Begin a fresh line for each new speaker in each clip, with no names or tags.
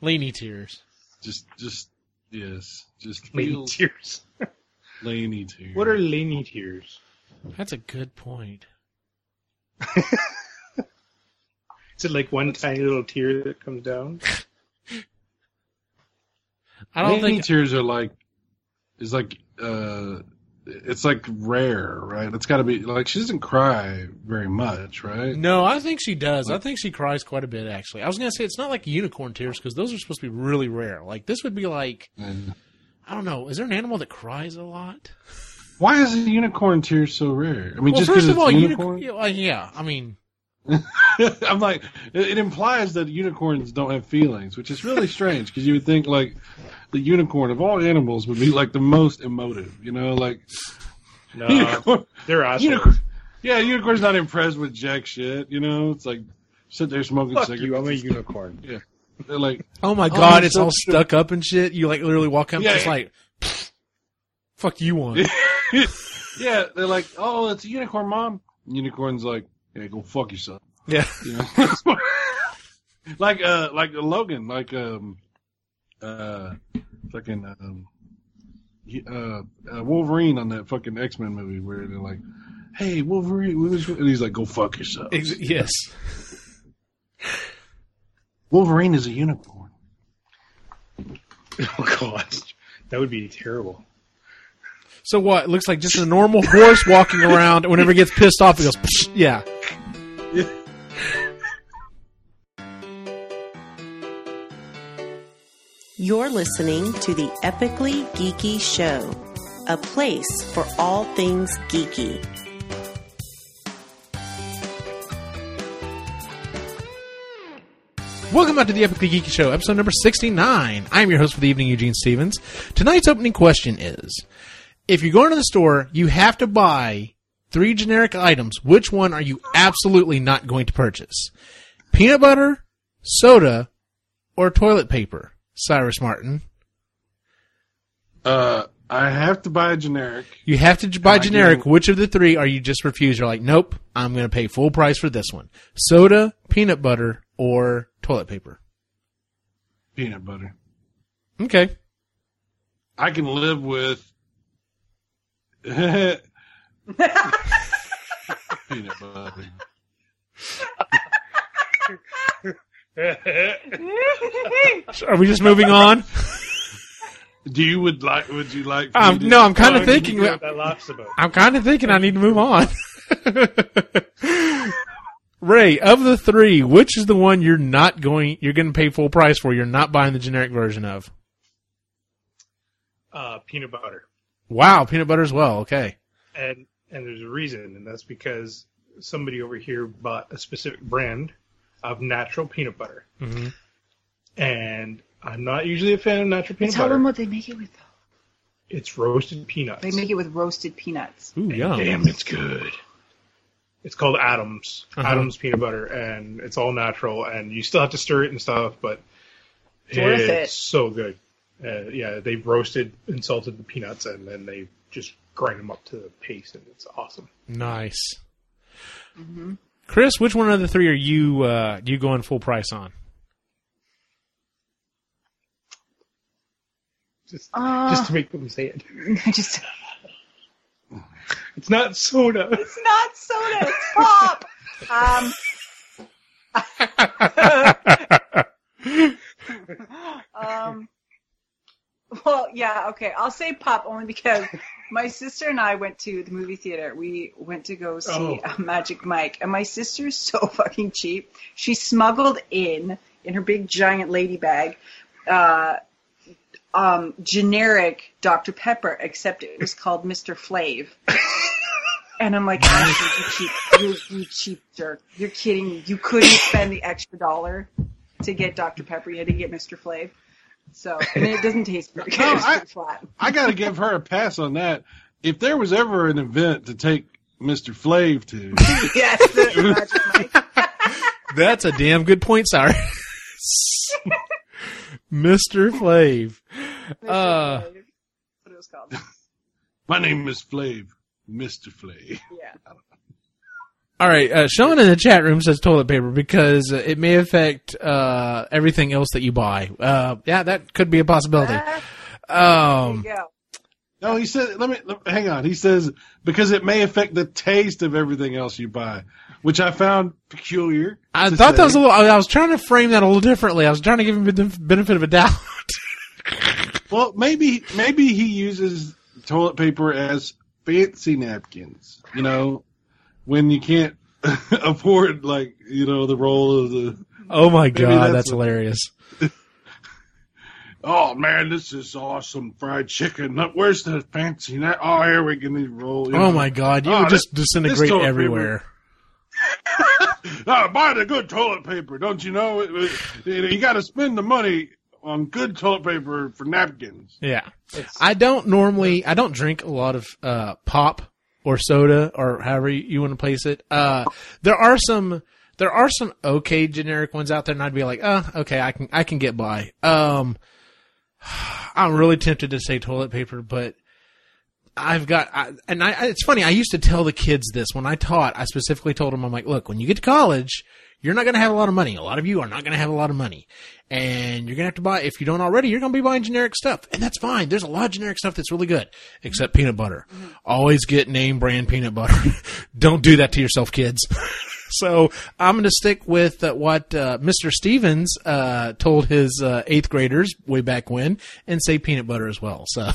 Laney tears.
Just, just, yes, just
Laney
feel
tears.
Laney tears.
What are Laney tears?
That's a good point.
Is it like one tiny little tear that comes down?
I don't
Laney
think
tears are like, is like, uh, it's like rare, right? It's got to be like she doesn't cry very much, right?
No, I think she does. I think she cries quite a bit, actually. I was going to say it's not like unicorn tears because those are supposed to be really rare. Like this would be like
And
I don't know. Is there an animal that cries a lot?
why is the unicorn tear so rare? I
well,
mean, just 'cause
first of
it's
all,
unicorn.
unicorn. yeah, yeah, I mean,
I'm like, it, it implies that unicorns don't have feelings, which is really strange because you would think like the unicorn of all animals would be like the most emotive, you know, like
Uh,
No,
unicorn.
they're awesome.
unicorn yeah, unicorn's not impressed with jack shit, you know. It's like sit there smoking
Fuck
cigarettes.
you, I'm a unicorn.
They're like,
oh my
God,
god, it's
it's so
all stuck up and shit. You like literally walk up,
Yeah,
just
yeah.
like, fuck you want.
yeah, they're like, oh, it's a unicorn, mom. Unicorn's like, yeah, go fuck yourself.
Yeah.
You know? like uh like Logan, like um uh fucking um he- uh, uh Wolverine on that fucking X Men movie where they're like, Hey Wolverine what is- and he's like, Go fuck yourself.
Ex- yes.
Wolverine is a unicorn.
Oh gosh, that would be terrible.
So what? It looks like just a normal horse walking around. and Whenever it gets pissed off, it goes, Psh, yeah.
You're listening to the Epically Geeky Show, a place for all things geeky.
Welcome back to the Epically Geeky Show, episode number 69. I'm your host for the evening, Eugene Stevens. Tonight's opening question is If you go into the store, you have to buy three generic items. Which one are you absolutely not going to purchase? Peanut butter, soda, or toilet paper? Cyrus Martin.
Uh I have to buy a generic.
You have to j- buy
do.
generic. Which of the three are you just refuse? You're like, nope, I'm going to pay full price for this one. Soda, peanut butter, or toilet paper.
Peanut butter.
Okay.
I can live with peanut butter.
Are we just moving on?
Do you would like? Would you like?
Um,
me to-
no, I'm kind
Oh,
of thinking.
you know what that laughs about.
I'm kind of thinking I need to move on. Ray, of the three, which is the one you're not going? You're going to pay full price for. You're not buying the generic version of.
Uh, peanut butter,
Wow, peanut butter as well. Okay.
and and there's a reason, and that's because somebody over here bought a specific brand of natural peanut butter,
Mm-hmm.
and I'm not usually a fan of natural peanut
Tell
butter.
them what they make it with. though.
it's roasted peanuts.
They make it with roasted peanuts.
Ooh,
And
yum.
Damn, it's good. Oh, It's called Adams.
Uh-huh.
Adams peanut butter, and it's all natural, and you still have to stir it and stuff, but
It's worth
it's
it.
so good. Uh, yeah, they've roasted and salted the peanuts, and then they just grind them up to the paste, and it's awesome.
Nice. Chris, which one of the three are you uh, you going full price on?
Just,
Uh.
just to make them say it.
Oh, I just
It's not soda.
it's not soda, it's pop. Um, um, well, yeah, okay. I'll say pop only because my sister and I went to the movie theater. We went to go see
Oh.
uh, Magic Mike, and my sister's so fucking cheap. She smuggled in in her big giant lady bag. Uh, um, generic Dr. Pepper, except it was called Mr. Flave. And I'm like, honestly, you cheap, you, you cheap jerk. You're kidding me. You couldn't spend the extra dollar to get Dr. Pepper. You had to get Mr. Flav. So, and it doesn't taste very good.
No,
It's
I-
pretty flat.
I gotta give her a pass on that. If there was ever an event to take Mr. Flave to,
Yes, the Magic Mike.
That's a damn good point, Cyrus. Mr. Flave.
Mr.
Uh.
Flav. That's what it was called.
my name is Flave, Mr. Flave.
Yeah.
All right, uh, Sean in the chat room says toilet paper because uh, it may affect uh, everything else that you buy. Uh, yeah, that could be a possibility. Um,
Yeah.
No, he said. Let me let- hang on. He says because it may affect the taste of everything else you buy, which I found peculiar.
I
to
thought that was
say.
a little. I I was trying to frame that a little differently. I was trying to give him the benefit of a doubt.
well. Maybe maybe he uses toilet paper as fancy napkins. You know, when you can't afford like you know the roll of the.
oh my god, that's,
that's what-
hilarious.
Oh man, this is awesome fried chicken. Look, Where's the fancy nap? Oh, here we can eat roll. you
Oh
know.
my god, you
Oh,
would
this-
just disintegrate
toilet paper-
everywhere.
Ah, buy the good toilet paper, don't you know? It- it- you got to spend the money on good toilet paper for napkins.
Yeah, I don't normally. I don't drink a lot of uh, pop or soda or however you, you want to place it. Uh, there are some. There are some okay generic ones out there, and I'd be like, uh, okay, I can I can get by. Um, I'm really tempted to say toilet paper, but I've got, I, and I, I- it's funny, I used to tell the kids this when I taught, I specifically told them, I'm like, look, when you get to college, you're not going to have a lot of money. A lot of you are not going to have a lot of money. And you're going to have to buy, if you don't already, you're going to be buying generic stuff. And that's fine. There's a lot of generic stuff that's really good, except peanut butter. Always get name brand peanut butter. don't do that to yourself, kids. so I'm going to stick with uh, what uh, Mr. Stevens uh, told his uh, eighth graders way back when and say peanut butter as well. So.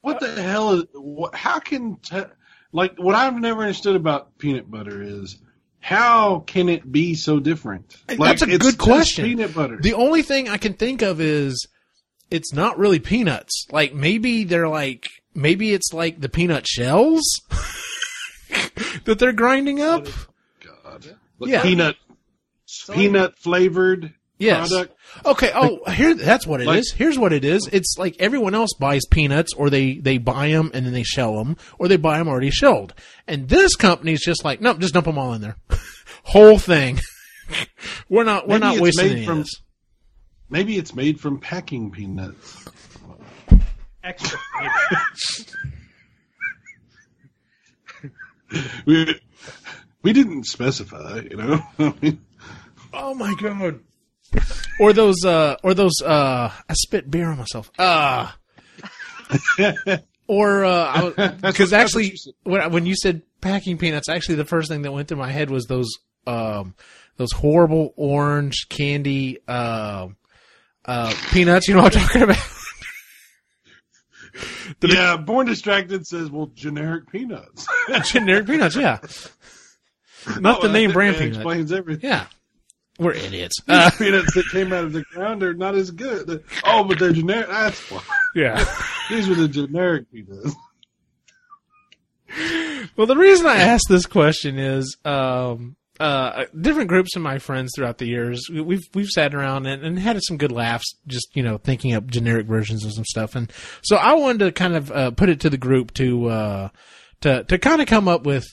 What the hell is? What, how can t- like what I've never understood about peanut butter is how can it be so different? Like,
That's a
it's
good
just
question.
Peanut butter.
The only thing I can think of is it's not really peanuts. Like maybe they're like maybe it's like the peanut shells that they're grinding up.
God. Like
Yeah.
Peanut. Peanut flavored
Yes.
product.
Okay. Oh, here that's what it is.
Like-
Here's what it is. It's like everyone else buys peanuts, or they they buy them and then they shell them, or they buy them already shelled. And this company's just like, nope, just dump them all in there, whole thing. we're not we're
Maybe
not
it's
wasting
made
any of
from-
this.
Maybe it's made from packing peanuts.
Extra.
We we didn't specify, you know. I mean,
Oh my god. Or those uh or those uh I spit beer on myself. Uh or uh because
what- that's what
actually
you said.
when I- when you said packing peanuts, actually the first thing that went through my head was those um those horrible orange candy um uh peanuts, you know what I'm talking about?
yeah, born distracted says, "Well, generic peanuts."
Generic peanuts, yeah. Not the
Well,
name
Oh, that
brand
really
peanut.
explains everything.
Yeah. We're idiots. Uh,
Peanuts that came out of the ground are not as good. They- Oh, but they're generic. That's why.
yeah.
These were the generic peanuts.
Well, the reason I asked this question is um, uh, different groups of my friends throughout the years, we- we've we've sat around and, and had some good laughs, just you know, thinking up generic versions of some stuff. And so I wanted to kind of uh, put it to the group to uh, to to kind of come up with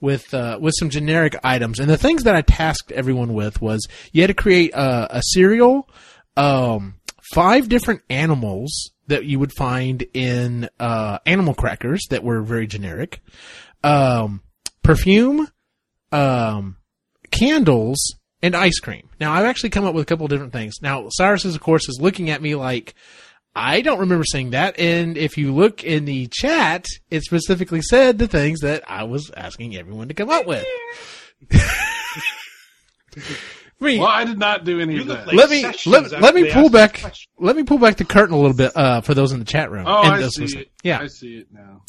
with uh, with some generic items. And the things that I tasked everyone with was you had to create a, a cereal, um, five different animals that you would find in uh, animal crackers that were very generic um, perfume, um, candles, and ice cream. Now, I've actually come up with a couple of different things. Now, Cyrus is, of course, is looking at me like, I don't remember saying that. And if you look in the chat, it specifically said the things that I was asking everyone to come up with. I mean,
Well, I did not do any
You
of
look
that.
like-
let me let,
sessions
let me
after they
pull
ask this
back
question.
let me pull back the curtain a little bit uh, for those in the chat room.
oh,
and
I
those
see
listening.
it.
Yeah,
I see it now.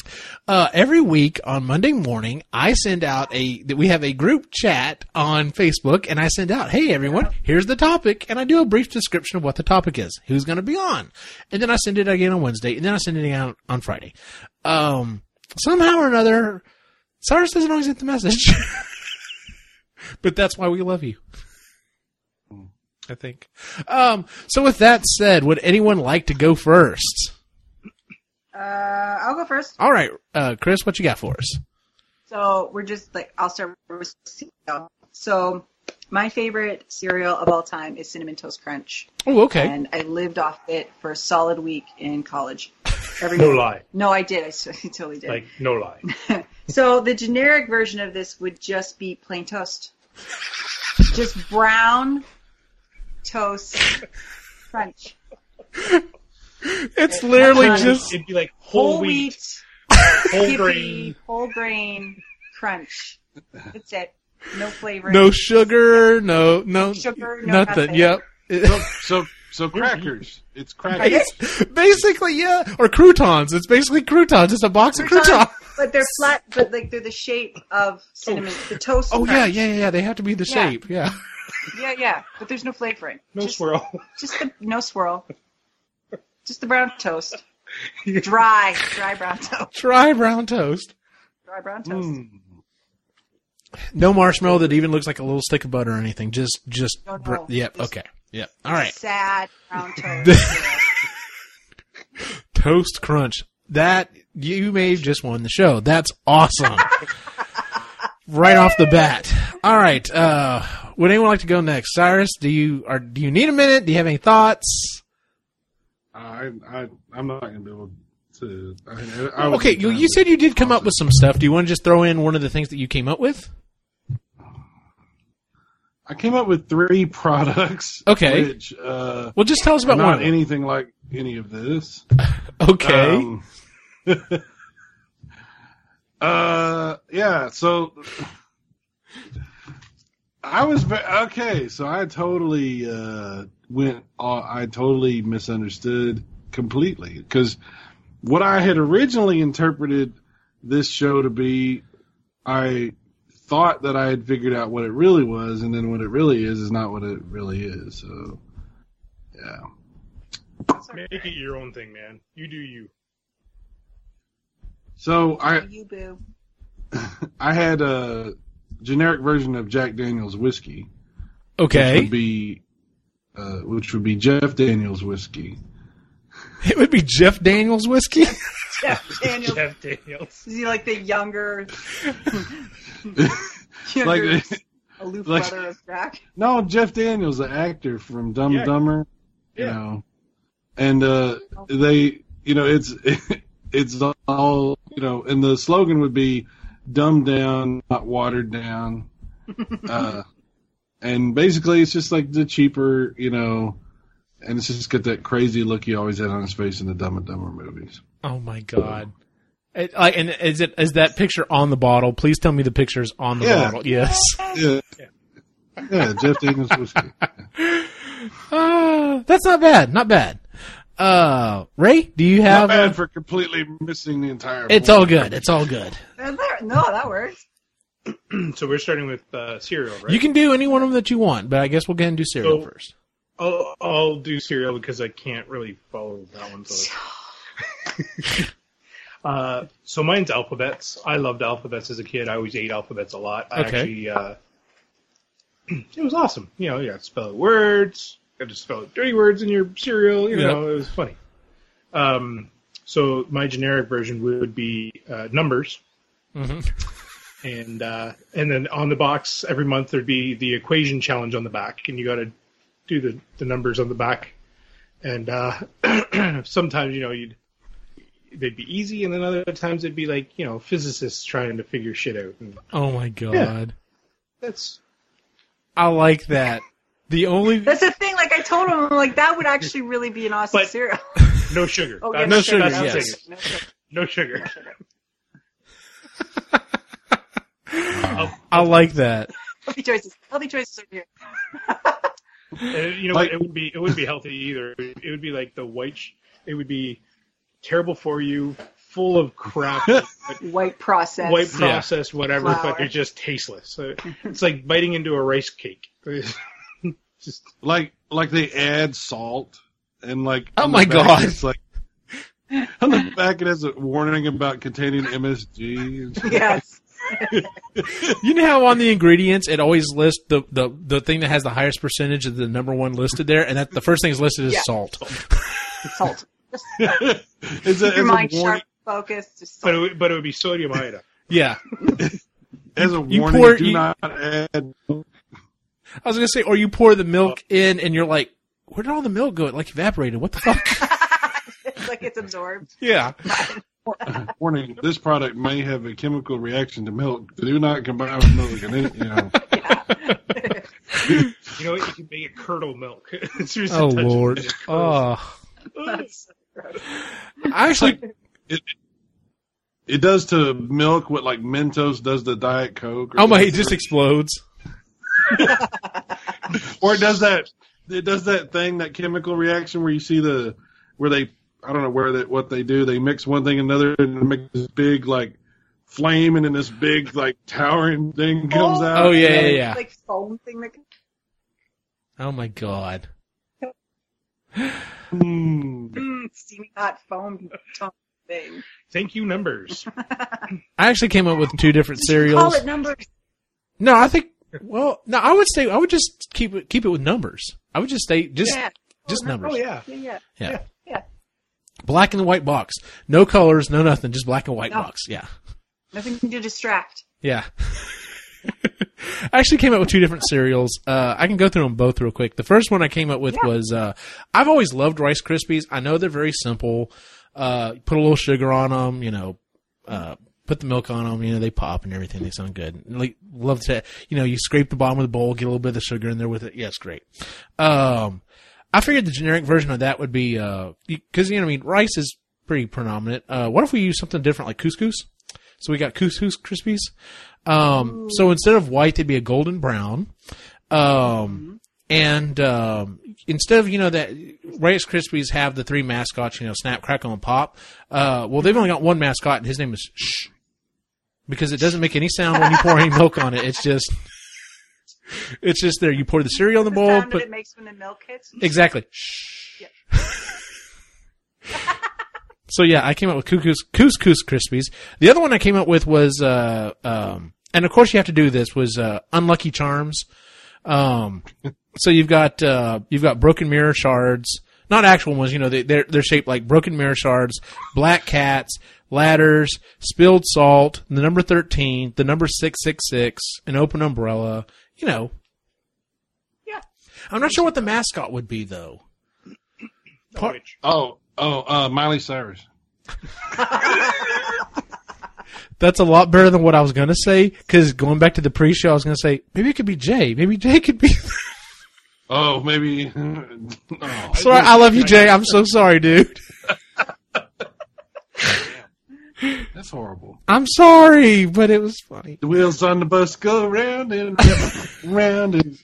uh, every week on Monday morning, I send out a that we have a group chat on Facebook, and I send out, "Hey everyone, here's the topic," and I do a brief description of what the topic is, who's going to be on, and then I send it again on Wednesday, and then I send it out on Friday. Um, somehow or another, Cyrus doesn't always get the message, but that's why we love you. I think. Um, so with that said, would anyone like to go first?
Uh, I'll go first.
All right, uh, Chris, what you got for us?
So we're just like I'll start with cereal. So my favorite cereal of all time is cinnamon toast crunch,
Oh, okay.
and I lived off it for a solid week in college. Every
No lie.
No, I did. I s- I totally did.
Like no lie.
So the generic version of this would just be plain toast. just brown toast crunch.
It's literally
Crunch.
just
It'd be like whole,
Whole
wheat,
wheat,
whole
Skippy,
grain.
whole grain crunch. That's it. No flavor.
no sugar, no no
Sugar, no
nothing.
nothing.
Yep.
So, so, so crackers. It's crackers.
It's basically yeah, or croutons. It's basically croutons. It's a box of croutons.
But they're flat. But like they're the shape of cinnamon. The toast.
Oh yeah,
crunch.
yeah, yeah, yeah. They have to be the
Yeah.
shape. Yeah.
yeah, yeah. But there's no flavoring.
No
just,
swirl.
Just the no swirl. Just the brown toast. Dry, dry brown toast.
Dry brown toast.
Dry brown
Hmm.
toast.
Mm.
No marshmallow that even looks like a little stick of butter or anything. Just just
No, no.
br- yep.
Just-
okay. Yep. All right.
Sad brown toast.
Toast Crunch. That you may have just won the show. That's awesome. right off the bat. All right. Uh, would anyone like to go next? Cyrus, do you are do you need a minute? Do you have any thoughts?
Uh, I, I, I'm not gonna be able to. I, I, I would
Okay,
be
you,
trying
you
to-
said you did come up with some stuff. Do you want to just throw in one of the things that you came up with?
I came up with three products.
Okay.
Which, uh,
Well, just tell us about
not
one. of them.
anything like any of this.
okay.
Um, uh, yeah. So I was ve- okay. So I totally uh, went. Uh, I totally misunderstood completely because what I had originally interpreted this show to be, I thought that I had figured out what it really was, and then what it really is is not what it really is. So, yeah.
Make it your own thing, man. You do you.
So I
you boo.
I had a generic version of Jack Daniel's whiskey, which
okay.
would be uh, which would be Jeff Daniel's whiskey.
it would be Jeff Daniels whiskey.
Jeff Daniels.
Jeff Daniels.
Is he like the younger,
Like
younger aloof
like-
brother of Jack?
no, Jeff Daniel's the actor from Dumb and
Yeah.
Dumber, you
Yeah.
know, and uh, they you know it's it's all you know, and the slogan would be dumbed down, not watered down, uh, and basically it's just like the cheaper you know. And it's just got that crazy look he always had on his face in the Dumb and Dumber movies.
oh my god. It, I, and is it is that picture on the bottle? Please tell me the picture's on the
Yeah.
bottle. Yes.
Yeah. Yeah, Jeff Daniels whiskey.
Uh, that's not bad. Not bad. Uh, Ray, do you
Not
have?
bad for completely missing the entire.
it's all good. It's all good.
Is there- No, that works.
So we're starting with uh, cereal, right?
You can do any one of them that you want, but I guess we'll go ahead and do cereal
So-
first.
I'll, I'll do cereal because I can't really follow that one. So, uh, so mine's alphabets. I loved alphabets as a kid. I always ate alphabets a lot. I
Okay.
actually, uh, it was awesome. You know, you got to spell words, you got to spell dirty words in your cereal. You
Yep.
know, it was funny. Um, so my generic version would be uh, numbers.
Mm-hmm.
And uh, and then on the box every month there'd be the equation challenge on the back, and you got to do the, the numbers on the back. And uh, sometimes, you know, you'd they'd be easy, and then other times it'd be like, you know, physicists trying to figure shit out. And
Oh my god,
that's
I like that. The only
That's the thing. Like I told him, I'm like that would actually really be an awesome
But-
cereal.
no sugar.
Oh, yeah,
That's-
no sugar,
that's the
yes.
thing.
No sugar.
No sugar.
I like that.
Healthy choices. Healthy choices are here.
And, you know,
Like-
it would be it would be healthy either. It would be like the white. Sh- it would be terrible for you, full of crap,
White process.
white processed whatever,
Flour.
but they're just tasteless. So it's like biting into a rice cake. just
like like they add salt and like.
Oh
on
my
the back
God.
It's like on the back it has a warning about containing MSG. and shit.
Yes.
You know how on the ingredients it always lists the, the, the thing that has the highest percentage of the number one listed there, and that the first thing is listed is
Yeah.
salt.
Salt. Just
It's a,
keep your
as a
mind
warning.
sharp, focused. Just
But
salt.
it, would- but it would be sodium iodide.
Yeah,
As a
you
warning,
pour-
do
you-
not add.
I was gonna say, or you pour the milk in, and you're like, where did all the milk go? It like evaporated. What the fuck?
like it's absorbed.
yeah,
Warning: This product may have a chemical reaction to milk. Do not combine with milk. And it, you know,
You know, what? you can make a curdle milk. As soon as it
Oh
touches
Lord.
it, it curls.
Oh.
That's gross.
I actually
it, it does to milk what like Mentos does to Diet Coke. Or
Oh my, he
whatever.
just explodes.
or it does that it does that thing that chemical reaction where you see the where they I don't know where that what they do they mix one thing and another and make this big like flame and then this big like towering thing comes out.
Oh, yeah, yeah, yeah.
Like foam thing that.
Oh my god.
Mm.
Mm, steamy hot foam tongue thing.
Thank you, numbers.
I actually came up with two different
Call
cereals.
it numbers.
No, I think. Well, no, I would say I would just keep it keep it with numbers. I would just stay just
yeah.
just numbers.
Oh yeah.
Yeah, yeah.
yeah.
Yeah.
Black and white box. No colors, no nothing. Just black and white
No.
box. Yeah.
Nothing to distract.
Yeah. I actually came up with two different cereals. Uh, I can go through them both real quick. The first one I came up with was uh, I've always loved Rice Krispies. I know they're very simple. Uh, put a little sugar on them, you know, uh, put the milk on them, you know, they pop and everything. They sound good. And, Like, love to, you know, you scrape the bottom of the bowl, get a little bit of the sugar in there with it. Yeah, it's great. Um, I figured the generic version of that would be, uh, cause, you know, I mean, rice is pretty predominant. Uh, what if we use something different like couscous? So we got couscous crispies. Um, so instead of white, they'd be a golden brown. Um, and, um, instead of, you know, that Rice Krispies have the three mascots, you know, Snap, Crackle, and Pop. Uh, well, they've only got one mascot and his name is Shh. Because it doesn't make any sound when you pour any milk on it. It's just, it's just there. You pour the cereal in the
The
bowl,
sound
put,
that it makes when the milk hits.
Exactly. Shh. so yeah, I came up with couscous, couscous crispies. The other one I came up with was, uh, um, and of course you have to do this was uh, unlucky charms. Um, so you've got uh, you've got broken mirror shards, not actual ones. You know they, they're they're shaped like broken mirror shards, black cats, ladders, spilled salt, the number thirteen, the number six six six, an open umbrella. You know,
Yeah.
I'm not sure what the mascot would be though. Part-
Which-
Oh oh uh, Miley Cyrus.
That's a lot better than what I was going to say. Because going back to the pre-show, I was going to say maybe it could be Jay. Maybe Jay could be.
Oh maybe. oh,
sorry, I love you, Jay. I'm so sorry, dude.
that's horrible.
I'm sorry, but it was funny.
The wheels on the bus go round and round and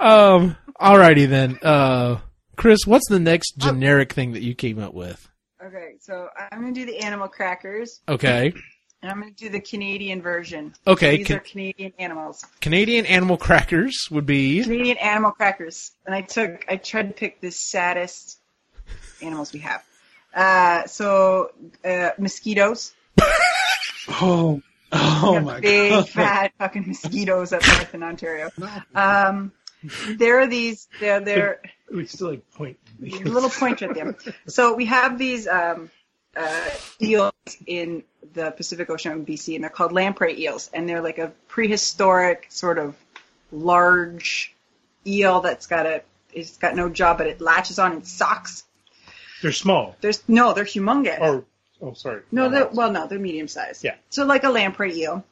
Um, alrighty then. Uh, Chris, what's the next
Uh,
generic thing that you came up with?
Okay, so I'm gonna do the animal crackers,
Okay,
and I'm gonna do the Canadian version.
okay.
These
Ca-
are Canadian animals.
Canadian animal crackers would be
Canadian animal crackers, and I took I tried to pick the saddest animals we have. Uh, so uh, mosquitoes.
oh oh
We have
my
big
god.
fat fucking mosquitoes up north in Ontario. Um, there are these. They're they're
We still like point.
little pointer at them. So we have these um, uh, eels in the Pacific Ocean in BC, and they're called lamprey eels, and they're like a prehistoric sort of large eel that's got a it's got no jaw, but it latches on and sucks.
They're small.
There's no, they're humongous.
Or oh, sorry.
No,
Uh,
they're, well, no, they're medium sized.
Yeah.
So like a lamprey eel,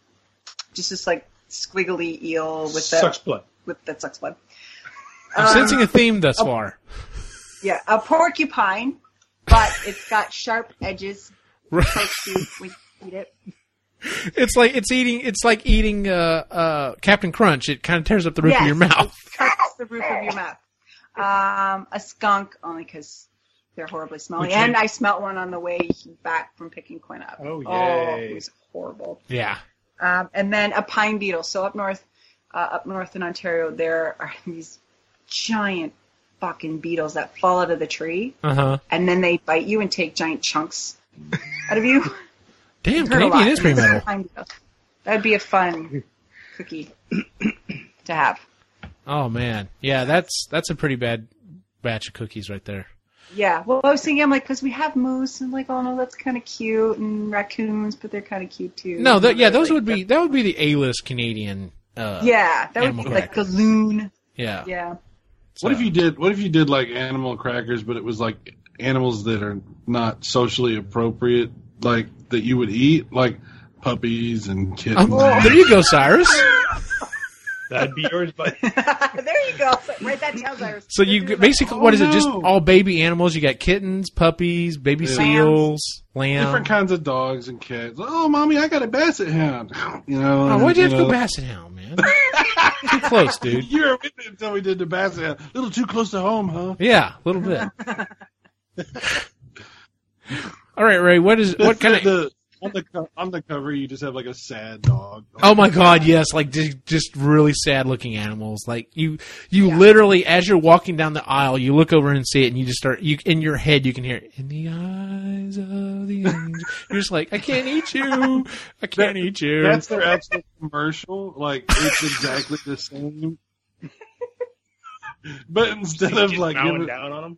just this like squiggly eel with the
sucks blood.
with that sucks blood. Uh,
I'm sensing a theme thus
oh.
far.
Yeah, a porcupine, but it's got sharp edges.
Right.
pokes you when you eat it.
It's like it's eating. It's like eating uh, uh, Captain Crunch. It kind of tears up the roof of
Yes.
your mouth.
cuts the roof of your mouth. Um, a skunk, only because they're horribly smelly.
Which
and
one?
I smelt one on the way back from picking Quinn up.
Oh,
it
yay.
was horrible.
Yeah.
Um, and then a pine beetle. So up north, uh, up north in Ontario, there are these giant fucking beetles that fall out of the tree,
Uh huh.
and then they bite you and take giant chunks out of you.
Damn,
Hurt
Canadian
a lot.
is pretty metal.
Pine beetle. That'd be a fun cookie to have.
Oh man, yeah, that's that's a pretty bad batch of cookies right there.
Yeah, well, I was thinking, I'm like, because we have moose, and like, oh no, that's kind of cute, and raccoons, but they're kind of cute too.
Mm-hmm.
No, that yeah,
Like,
those would
the-
be that would be the A list Canadian. Uh,
yeah, that would
animal
be like
crackers.
Galoon.
yeah.
Yeah,
What if you did? What if you did like animal crackers, but it was like animals that are not socially appropriate, like that you would eat, like puppies and
Um,
kittens.
there you go, Cyrus.
That'd be yours, but
there you go. Write that down, Cyrus.
So you g- basically, what is it? Just
Oh, no.
all baby animals. You got kittens, puppies, baby
Yeah.
seals, lamb.
Different kinds of dogs and cats. Oh, mommy, I got a basset hound. You know.
Oh,
and,
why'd you have to
know,
go basset hound, man? Too close, dude.
You were with me until we did the basset hound. A little too close to home, huh?
Yeah, a little bit. All right, Ray. What is what kind of?
the on the co- on the cover? You just have like a sad dog.
Oh my God! Yes, like just, just really sad looking animals. Like you, you literally as you're walking down the aisle, you look over and see it, and you just start. You in your head, you can hear it. in the eyes of the angel. You're just like, I can't eat you. I can't eat you.
That's their actual commercial. Like it's exactly the same. But instead of
just
like
mowing
giving-
down on them.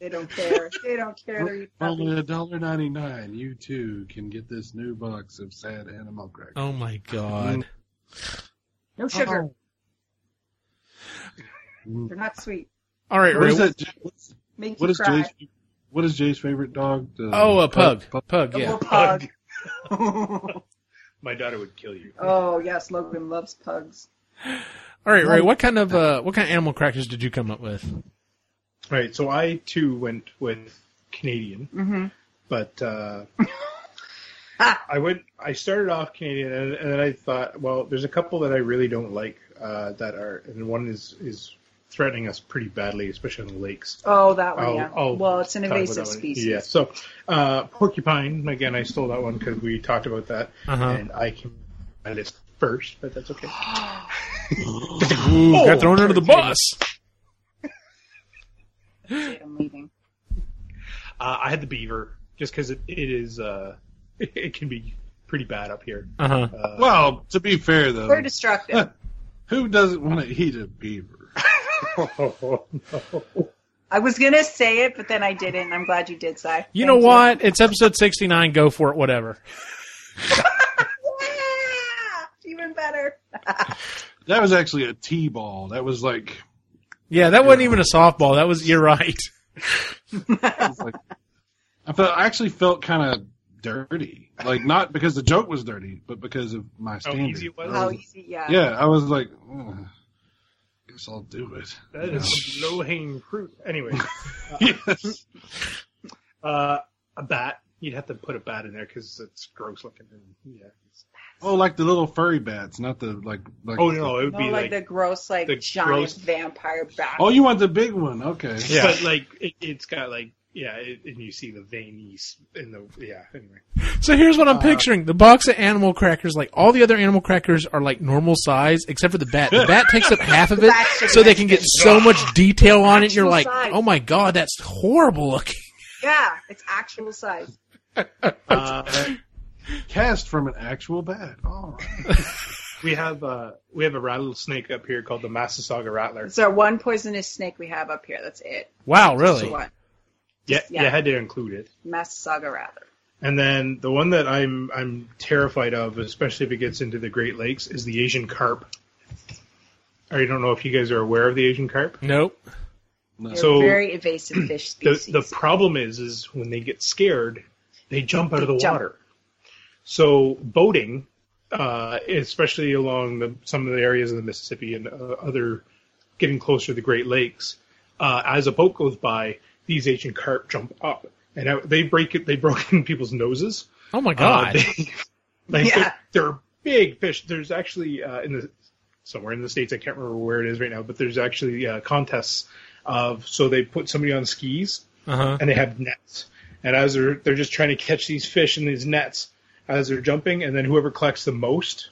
They don't care. They don't care. They're eating
only
puppies.
a dollar ninety nine, you too can get this new box of sad animal crackers.
oh my God!
No sugar. They're not sweet.
All right,
What
Ray.
is that? Jay- What's,
Make
what
you
is
cry.
Jay's? What is Jay's favorite dog? The-
Oh, a pug. Pug.
Oh,
Yeah.
pug.
My daughter would kill you.
oh yes, Logan loves pugs.
All right, Ray. What kind of uh, what kind of animal crackers did you come up with?
All right, so I too went with Canadian,
Mm-hmm.
but uh,
Ah.
I went. I started off Canadian, and, and then I thought, well, there's a couple that I really don't like uh, that are, and one is is threatening us pretty badly, especially on the lakes.
Oh, that one.
I'll-
yeah.
I'll
well, it's an
talk about
invasive
that one.
species.
Yeah. So, uh, porcupine again. I stole that one because we talked about that,
Uh-huh.
and I came my list first, but that's okay.
Ooh,
Oh,
got thrown under the
sorry,
bus.
I'm leaving.
Uh, I had the beaver just because it, it is uh, it can be pretty bad up here.
Uh huh.
Well, to be fair though,
They're destructive.
who doesn't want to eat a beaver?
Oh, no.
I was gonna say it, but then I didn't. I'm glad you did, Cy.
You
Thank
know what? It's episode 69. Go for it, whatever.
Yeah! Even better.
That was actually a T-ball. That was like,
Yeah, that wasn't even a softball. That was, you're right.
it was like I felt I actually felt kind of dirty. Like not because the joke was dirty, but because of my
How
standards.
easy it was?
How easy, Oh, yeah.
yeah, I was like, "Ugh, guess I'll do it.
That is low hanging fruit. Anyway,
yes.
uh, a bat. You'd have to put a bat in there because it's gross looking. And, yeah. it's-
Oh, like the little furry bats, not the like. like
Oh no, it would
No,
be
like,
like,
the gross, like
the
giant
gross-
vampire bat.
Oh, you want the big one? Okay.
Yeah.
but like it, it's got like yeah, it, and you see the veinies in the yeah. Anyway,
So here's what I'm picturing. The box of animal crackers, like all the other animal crackers are like normal size, except for the bat. The bat takes up half of it,
That's the
so they can get
best.
so much detail on it. You're
Actual
like,
size.
oh my god, that's horrible looking.
Yeah, it's actual size.
uh,
Cast from an actual bat. All right.
we have uh, we have a rattlesnake up here called the Massasauga rattler.
It's our one poisonous snake we have up here. That's it.
Wow,
Just
really?
one.
Yeah,
yeah.
yeah, had to include it.
Massasauga rather.
And then the one that I'm I'm terrified of, especially if it gets into the Great Lakes, is the Asian carp. I don't know if you guys are aware of the Asian carp.
Nope.
They're
So-
very invasive fish
The
species.
the problem is is when they get scared, they jump out of the
jump.
water. So boating, uh, especially along the, some of the areas of the Mississippi and uh, other getting closer to the Great Lakes, uh, as a boat goes by, these Asian carp jump up and out, they break it. They broken people's noses.
Oh my
Uh,
god.
they- like
Yeah.
they're, they're big fish. There's actually uh, in the somewhere in the states. I can't remember where it is right now, but there's actually uh, contests of so they put somebody on skis
Uh-huh.
and they have nets, and as they're they're just trying to catch these fish in these nets as they're jumping, and then whoever collects the most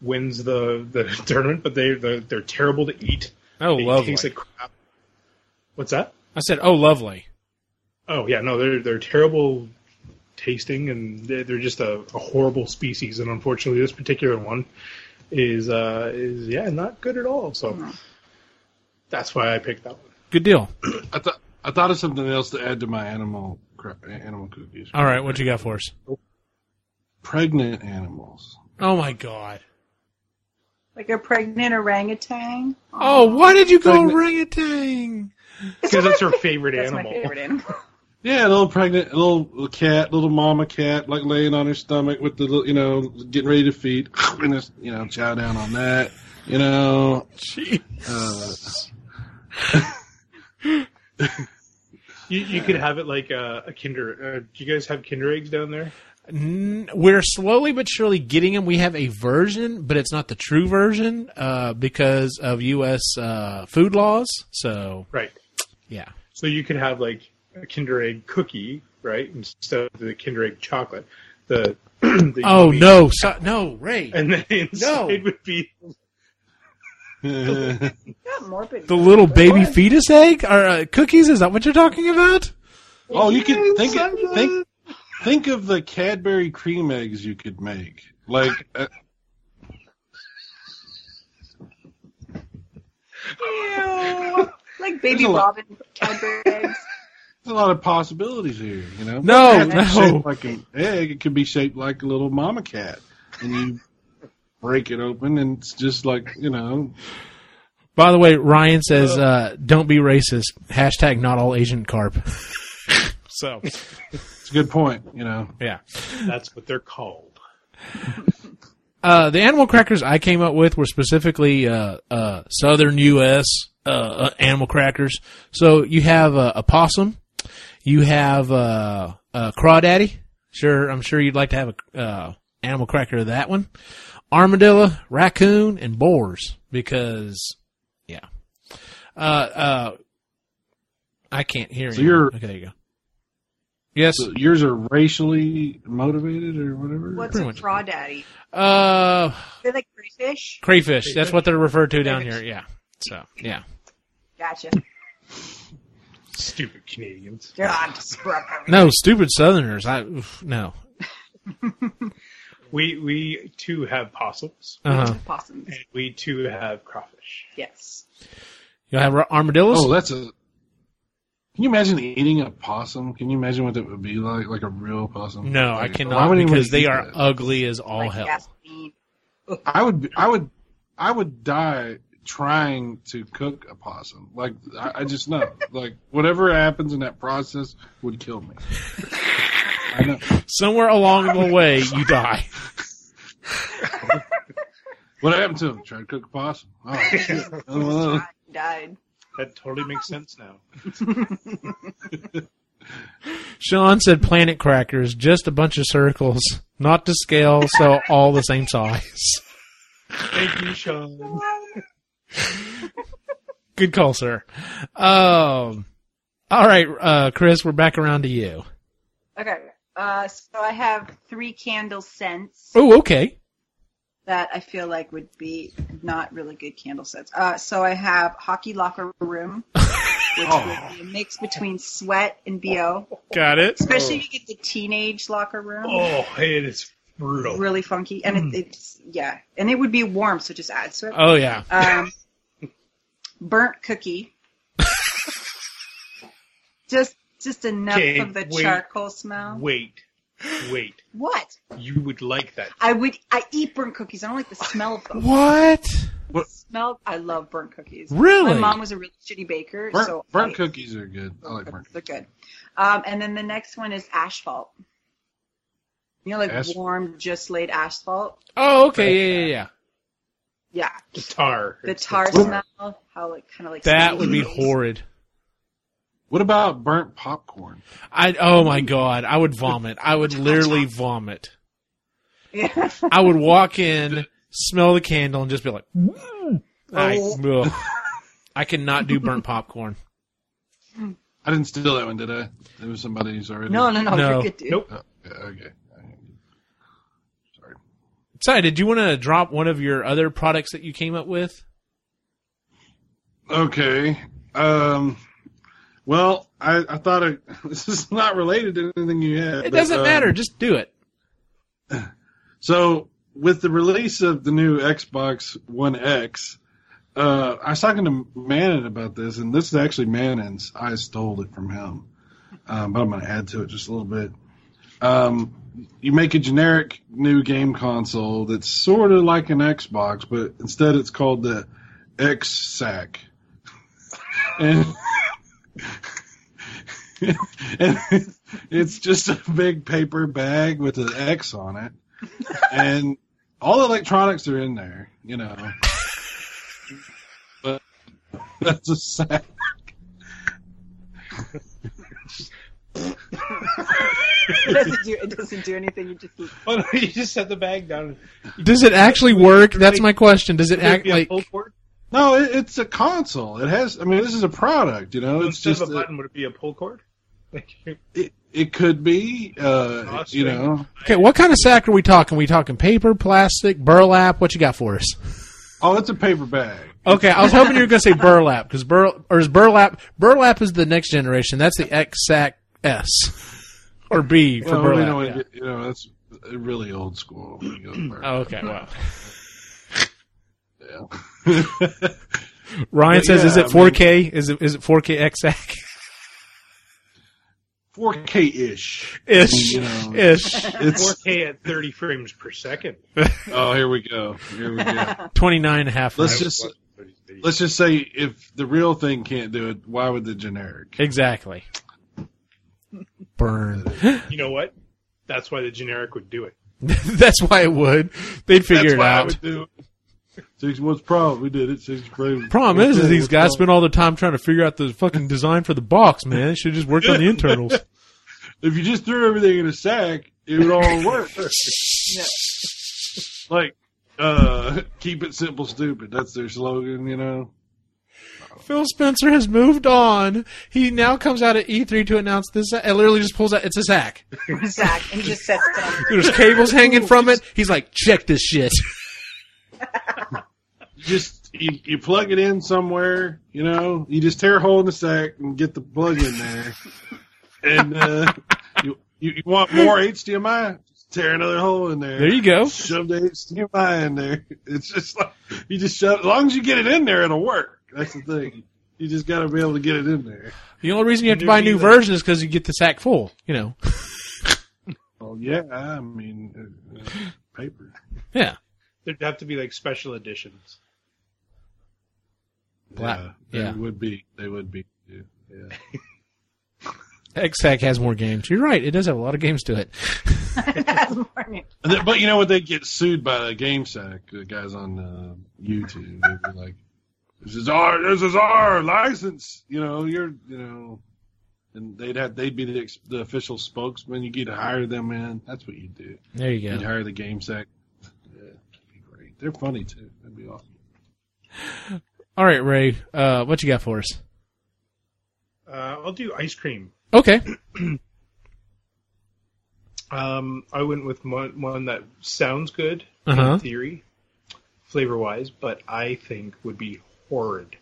wins the the tournament. But they they're, they're terrible to eat.
Oh,
They
lovely.
taste like crap. What's that?
I said, oh, lovely.
Oh yeah, no, they're they're terrible tasting, and they're, they're just a, a horrible species. And unfortunately, this particular one is uh, is yeah, not good at all. So
Mm-hmm.
that's why I picked that one.
Good deal.
I thought I thought of something else to add to my animal cra- animal cookies.
All right, what you got for us?
Pregnant animals.
Oh my god.
like a pregnant orangutan.
Oh, why did you go
Pregnant-
orangutan?
because that's her favorite
That's
animal.
my favorite animal.
Yeah, a little pregnant, a little cat, little mama cat, like laying on her stomach with the, little, you know, getting ready to feed, and just, you know, chow down on that, you know. Uh,
You, you could have it like a, a Kinder. Uh, do you guys have Kinder eggs down there?
N- We're slowly but surely getting them. We have a version, but it's not the true version uh, because of U.S. Uh, food laws. So
Right.
yeah,
So you could have like a Kinder egg cookie, right, instead of the Kinder egg chocolate. The, the
Oh no, so, no, Ray.
And then inside would be
Oh,
Not morbid.
the little baby fetus egg or uh, cookies? Is that what you're talking about?
oh, you could think, think, think of the Cadbury cream eggs you could make, like. Uh,
Ew. Like baby
There's a lot.
robin Cadbury eggs.
There's a lot of possibilities here, you know.
No,
It could be
no.
shaped like an egg, it could be shaped like a little mama cat, and you break it open, and it's just like you know.
By the way, Ryan says, uh, "Don't be racist." Hashtag not all Asian carp. so
It's a good point, you know.
yeah,
that's what they're called.
uh, the animal crackers I came up with were specifically uh, uh, Southern U.S. Uh, uh, animal crackers. So you have uh, a possum, you have uh, a crawdaddy. Sure, I'm sure you'd like to have a uh, animal cracker of that one. Armadillo, raccoon, and boars because yeah. Uh, uh, I can't hear
So
you.
you're-
okay, there you go. Yes.
So yours are racially motivated or whatever.
What's
Pretty
a
much.
crawdaddy?
Uh,
They're like crayfish.
crayfish. That's what they're referred to down
Crayfish.
here. Yeah. So yeah.
Gotcha.
Stupid Canadians.
They're on disruptive.
No, stupid Southerners. I oof, no.
We we too have possums.
Uh-huh.
Possums.
And we too have crawfish.
Yes.
You'll have armadillos.
Oh, that's a. Can you imagine eating a possum? Can you imagine what that would be like? Like a real possum?
no, I
Like, why
cannot
would anyone
because they
eat
are
that?
ugly as all
like
hell.
gasoline.
I would. be- I would. I would die trying to cook a possum. Like I, I just know. like whatever happens in that process would kill me. I know.
Somewhere along the way, you die.
What happened to him? Tried to cook a possum. Oh, shit. Uh,
Died.
That totally makes sense now.
Sean said planet crackers, just a bunch of circles, not to scale, so all the same size.
Thank you, Sean.
Good call, sir. Um, all right, uh, Chris, we're back around to you.
Okay. Uh, so I have three candle scents
Oh, okay.
that I feel like would be not really good candle scents. Uh, so I have hockey locker room, which
Oh.
would be a mix between sweat and bo,
Got it.
especially if you get the teenage locker room.
Oh, it is brutal.
Really funky, and it, it's yeah, and it would be warm, so it just adds to it.
Oh, yeah.
Um, burnt cookie. just just enough
Okay,
of the
wait,
charcoal smell.
Wait, wait.
What?
You would like that.
I would I eat burnt cookies. I don't like the smell of them.
What?
The smell I love burnt cookies.
Really?
My mom was a really shitty baker,
burnt,
so
burnt
I-
cookies are good. I like burnt.
They're good. Um, and then the next one is asphalt. You know, like
Asphalt.
warm, just laid asphalt.
Oh, okay. Yeah, yeah, yeah.
Yeah,
The tar.
the
It's
tar smell. How like kind of like
That would be
sweet.
horrid.
What about burnt popcorn?
I oh my god, I would vomit. I would literally vomit.
Yeah.
I would walk in, smell the candle, and just be like, "Mm." I, ugh. I cannot do burnt popcorn.
I didn't steal that one, did I? It was somebody's already.
No, no, no,
No.
You're good, dude.
Nope.
Oh, okay, okay. Sorry.
Sorry, did you want to drop one of your other products that you came up with?
Okay. Um. Well, I, I thought I, this is not related to anything you had.
It
but,
doesn't
Uh,
um,
matter. Just do it.
So, with the release of the new Xbox One X, uh, I was talking to Manon about this, and this is actually Manon's. I stole it from him, um, but I'm going to add to it just a little bit. Um, you make a generic new game console that's sort of like an Xbox, but instead it's called the X Sack. And and it's just a big paper bag with an X on it, and all the electronics are in there, you know. But that's a sack.
It doesn't do it doesn't do anything. You just look-
Oh, no, you just set the bag down.
Does it actually work? That's my question. Does it act
Be a
like?
pull cord?
No, it, it's a console. It has. I mean, this is a product. You know, it's
Instead
just.
of a
a-
button, would it be a pull cord? Like,
it, it could be. Uh, you know,
Okay, what kind of sack are we talking? we talking paper, plastic, burlap? What you got for us?
oh, it's a paper bag.
Okay, I was hoping you were going to say burlap because burl or is burlap burlap is the next generation. That's the X sack S or B for
Well, we
burlap.
don't
yeah.
wanna get- you know, that's really old school. You know,
Oh, okay, wow. Oh.
yeah.
Ryan
But
says, "Is
yeah,
it
I
4K? is it is it 4K X sack
4K ish.
ish
You know.
ish
It's
4K at 30 frames per second.
oh, here we go. Here we go.
29 and a half?
Let's
right?
just let's just say if the real thing can't do it, why would the generic?
exactly." Burn.
You know what? That's why the generic would do it.
That's why it would. They'd figure
That's
it
why I
out.
would do it. Six months problem. We did it. Six frames.
Problem is,
What's
is
that?
these
What's
guys
wrong?
spend all their time trying to figure out the fucking design for the box, man. They should have just worked on the internals.
if you just threw everything in a sack, it would all work. like, uh, keep it simple, stupid. That's their slogan, you know.
Phil Spencer has moved on. He now comes out at E3 to announce this. It literally just pulls out. It's a sack.
Zach and just sets it on.
There's cables hanging from it. He's like, check this shit.
You just you, you plug it in somewhere, you know. You just tear a hole in the sack and get the plug in there, and uh, you, you you want more HDMI? Just tear another hole in there.
There you go.
shove the HDMI in there. It's just like you just shove. As long as you get it in there, it'll work. That's the thing. You just got to be able to get it in there.
The only reason you have to buy a new version is because you get the sack full. You know.
Well, yeah, I mean, uh, uh, paper.
Yeah.
There'd have to be like special editions.
Black-
they
yeah.
would be. They would be. Yeah. yeah.
X Sack has more games. You're right. It does have a lot of games to it.
That's morning.
And then- But you know what? They get sued by the game sack the guys on uh, YouTube. They'd be like, "This is our, this is our license." You know, you're, you know, and they'd have, they'd be the, ex- the official spokesman. You get to hire them in. That's what you do.
There you
You'd
go.
hire the game sack. Yeah, that'd be great. They're funny too. That'd be awesome.
All right, Ray. Uh, what you got for us?
Uh, I'll do ice cream.
Okay.
Um, I went with one, one that sounds good
Uh-huh.
in theory, flavor wise, but I think would be horrid.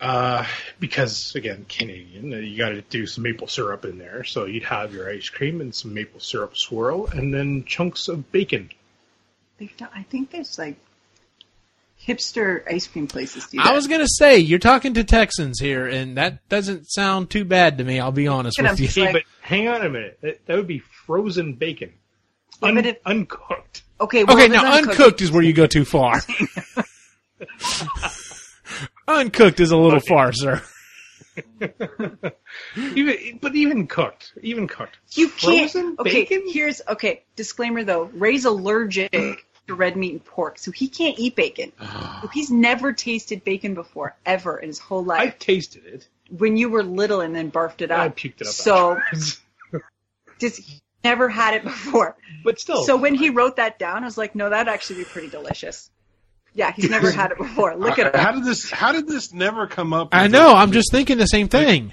Uh, because again, Canadian, uh, you got to do some maple syrup in there, so you'd have your ice cream and some maple syrup swirl, and then chunks of bacon.
They've done, I think there's like hipster ice cream places. Do that.
I was gonna say you're talking to Texans here, and that doesn't sound too bad to me. I'll be honest
Look at
with
him.
you.
It's
Hey,
like-
but hang on a minute, that, that would be frozen bacon,
Yeah,
Un-
but if-
uncooked.
okay. Well,
Okay,
there's
now uncooked is where you go too far. uncooked is a little far, sir.
Even, but even cooked, even cooked.
You can't.
Frozen
okay,
bacon?
here's okay. Disclaimer though, Ray's allergic to red meat and pork, so he can't eat bacon. So he's never tasted bacon before, ever in his whole life.
I've tasted it.
when you were little and then barfed it up.
I puked it up.
So
afterwards.
just he never had it before.
but still,
so when he wrote that down, I was like, no, that'd actually be pretty delicious. Yeah, he's never had it before. Look at
Uh, How
him.
did this? How did this never come up?
I know. I'm just thinking the same thing.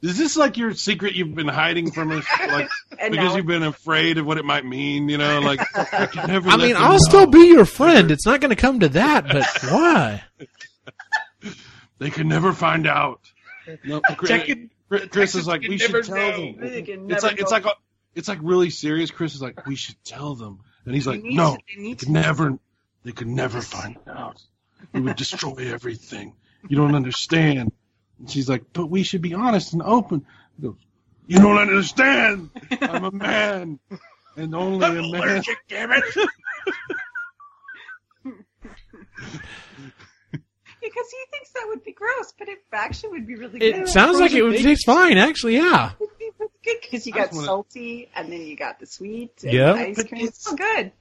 Is this like your secret you've been hiding from us, like
And
because
now-
you've been afraid of what it might mean? You know, like I can never.
I
let
mean,
them
I'll
know.
still be your friend. It's not going to come to that, but why?
They can never find out. No, Chris,
Chicken-
Chris is like,
can
we should
never
tell
know."
them.
They can
It's
never
like it's
know.
like a, it's like really serious. Chris is like, we should tell them, and he's like,
need
no,
to- they
they
need
could
to-
never, they could never find out. We would destroy everything. You don't understand. And she's like, but we should be honest and open. He goes, you don't understand. I'm a man, and only a man.
damn it.
because he thinks that it would be gross, but it actually would be really
It
good.
sounds like it would
Frozen
taste fine, actually. Yeah.
It would be really good because you
I
got
just wanna-
salty and then you got the sweet and
Yeah.
the ice
But
cream. It's
it's-
so good.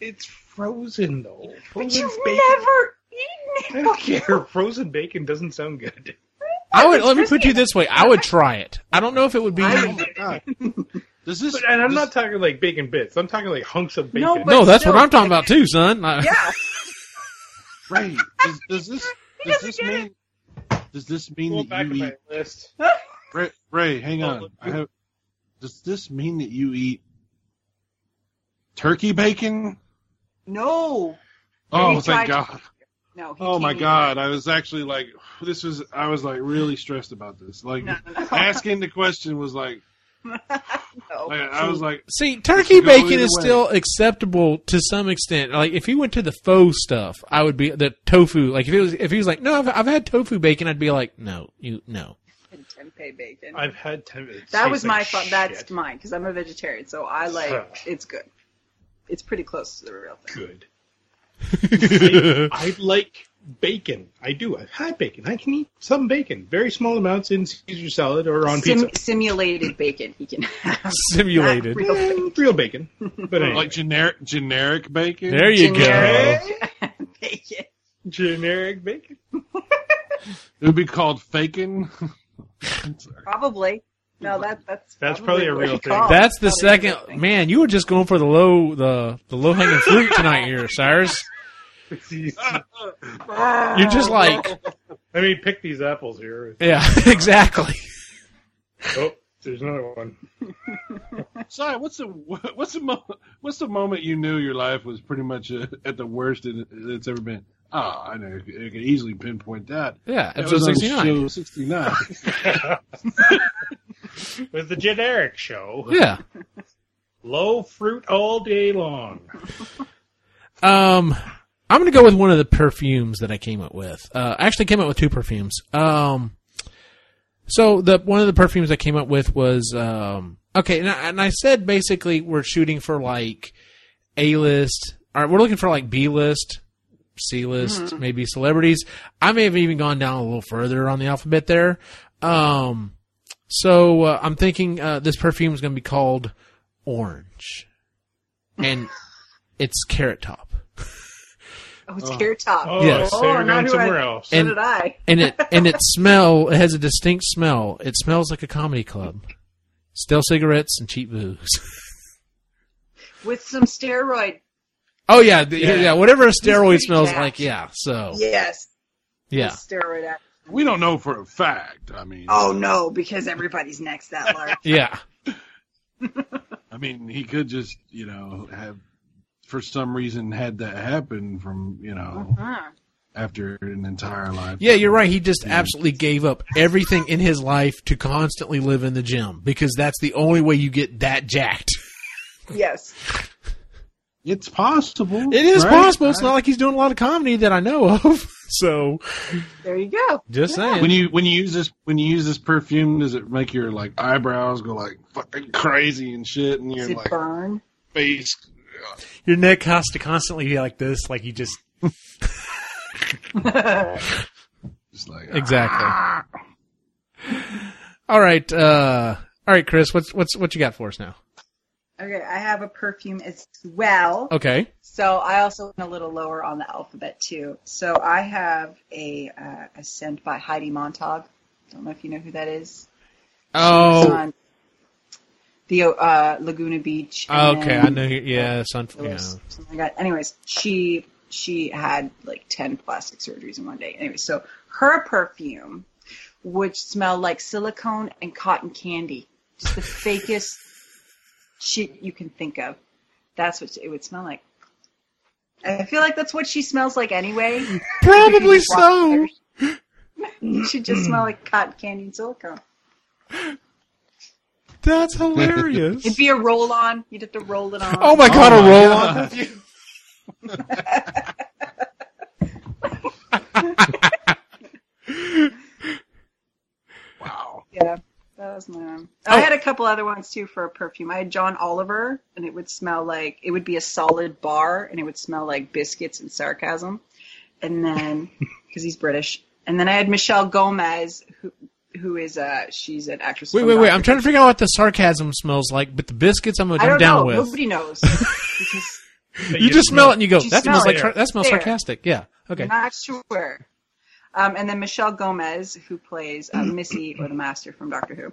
It's frozen though.
But
Frozen
you've
bacon.
never
I
eaten
don't
it.
care. Frozen bacon doesn't sound good.
I would.
was
Let me put
crispy.
you this way. I would try it. I don't know if it would be.
Oh my god. Does this?
But, and I'm
this-
not talking like bacon bits. I'm talking like hunks of bacon.
No, but-
no, that's
still,
what I'm talking
like-
about too, son. I-
Yeah.
right. Does, does this?
He
Does
doesn't
this
get
mean? Does this mean
Pull
that
back
you
on
eat?
my list.
Ray, Ray, hang
Oh,
on.
look.
I have. Does this mean that you eat turkey bacon?
No.
Oh,
you
thank
tried-
God.
No. he
Oh my
can't eat
God. I was actually like, this was. I was like really stressed about this. Like
No, no, no.
asking the question was like,
it. No.
like, I was like,
See, turkey
could go
bacon
either
is
way.
still acceptable to some extent. Like if he went to the faux stuff, I would be the tofu. Like if it was, if he was like, no, I've, I've had tofu bacon, I'd be like, no, you no.
And tempeh bacon.
I've had ten. it
that
tastes
was
like
my fun.
shit.
That's mine because I'm a vegetarian, so I like it's good. It's pretty close to the real thing.
good. I, I like bacon. I do. I've had bacon. I can eat some bacon, very small amounts in Caesar salad or on
Sim-
pizza.
simulated bacon he can have.
Simulated.
Not real
Eh, real bacon, but anyway.
like generic generic bacon.
There you
Generic.
go.
bacon.
generic bacon.
It would be called faking.
Probably. No, that, that's
That's probably a
what
real
you
thing.
call it.
That's the
Probably a real
second
thing.
man. You were just going for the low, the the low hanging fruit tonight, here, Cyrus. You're
Oh,
just like,
Let me pick these apples here.
yeah, exactly.
Oh, there's another one.
Sorry, what's the what's the mo- what's the moment you knew your life was pretty much uh, at the worst it, it's ever been? Ah, I know. You can easily pinpoint that.
Yeah,
That
episode
was on
sixty nine.
show 69.
It was the generic show.
Yeah.
Low fruit all day long.
Um, I'm gonna go with one of the perfumes that I came up with. Uh, I actually came up with two perfumes. Um, so the one of the perfumes I came up with was um okay, and I, and I said basically we're shooting for like A list. All right, we're looking for like B list, C list, maybe celebrities. I may have even gone down a little further on the alphabet there. Um, so uh, I'm thinking uh, this perfume is going to be called Orange, and it's carrot top.
Oh, it's carrot top.
Oh,
Yes.
so you're
Oh, now
going
who
somewhere
I-
else.
So
And-
did I.
and it and it smell it has a distinct smell. It smells like a comedy club. Stale cigarettes and cheap booze.
With some steroid.
oh yeah, the- yeah, whatever a steroid
pretty
smells
jacked.
like, yeah. So
Yes.
yeah.
Steroid. act-
we don't know for a fact. I mean,
Oh no, because everybody's neck's that large.
Yeah.
I mean, he could just you know have for some reason had that happen from you know
Huh.
after an entire life.
Yeah, you're right. He just absolutely gave up everything in his life to constantly live in the gym because that's the only way you get that jacked.
Yes.
It's possible.
It is
right?
possible. It's
Right.
not like he's doing a lot of comedy that I know of. So
There you go.
just saying.
When you when you use this when you use this perfume, does it make your like eyebrows go like fucking crazy and shit, and your
Does it
like
burn?
face?
Your neck has to constantly be like this, like you just
Just like
Exactly. all right, uh, all right, Chris. What's what's what you got for us now?
Okay, I have a perfume as well.
Okay.
So I also went a little lower on the alphabet too. So I have a uh, a scent by Heidi Montag. Don't know if you know who that is. It's
Oh,
on the uh, Laguna Beach. and
okay. I
then-
know. you- Yeah, sun.
It
Yeah.
was something like that. Anyways, she she had like ten plastic surgeries in one day. Anyway, so her perfume would smell like silicone and cotton candy, just the fakest shit you can think of. That's what it would smell like. I feel like that's what she smells like anyway.
Probably so.
she just smell like cotton candy and silicone.
That's hilarious.
It'd be a roll on. You'd have to roll it on.
oh my god, a
my
roll
God.
on.
wow.
Yeah, that was my one.
Oh.
I had a couple other ones too for a perfume. I had John Oliver, and it would smell like it would be a solid bar, and it would smell like biscuits and sarcasm. And then, because he's British, And then I had Michelle Gomez, who who is uh she's an actress.
Wait,
from
wait, wait.
Doctor
I'm trying to figure out what the sarcasm smells like, but the biscuits I'm,
I
I'm
don't
down
know.
with.
Nobody knows. because
you just smell it and you go,
You
that
smell
smells like
it.
sar- that smells
There.
sarcastic. Yeah. Okay.
I'm not sure. Um, and then Michelle Gomez, who plays uh, Missy or the Master from Doctor Who,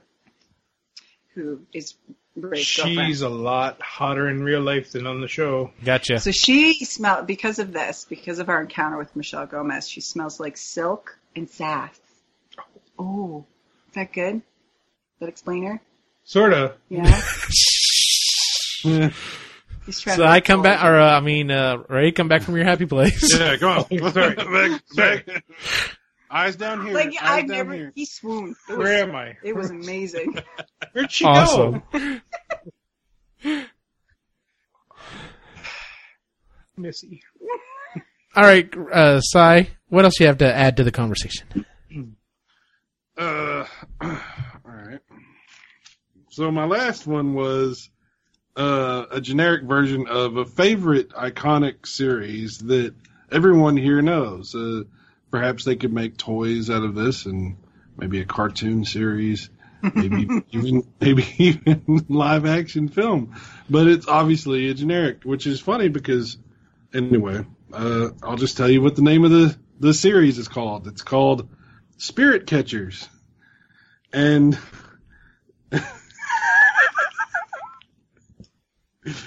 who is Ray's girlfriend.
She's a lot hotter in real life than on the show.
Gotcha.
So she smelled because of this, because of our encounter with Michelle Gomez, she smells like silk and sass. Oh, is that good? Is that explain her?
Sorta.
Yeah.
Yeah,
He's trying
So
to
I come
recall.
back, or uh, I mean, uh, Ray, come back from your happy place.
yeah come on.
Sorry.
back, back. Eyes down here.
Like
eyes
I
down
never.
Here.
He swooned. It
Where
was,
am I?
it was amazing.
Where'd she
awesome.
go? Missy.
All right, uh, Cy, what else you have to add to the conversation?
Uh, all right. So my last one was uh, a generic version of a favorite iconic series that everyone here knows. Uh, perhaps they could make toys out of this, and maybe a cartoon series, maybe even maybe even live action film. But it's obviously a generic, which is funny because anyway, uh, I'll just tell you what the name of the the series is called. It's called spirit catchers. And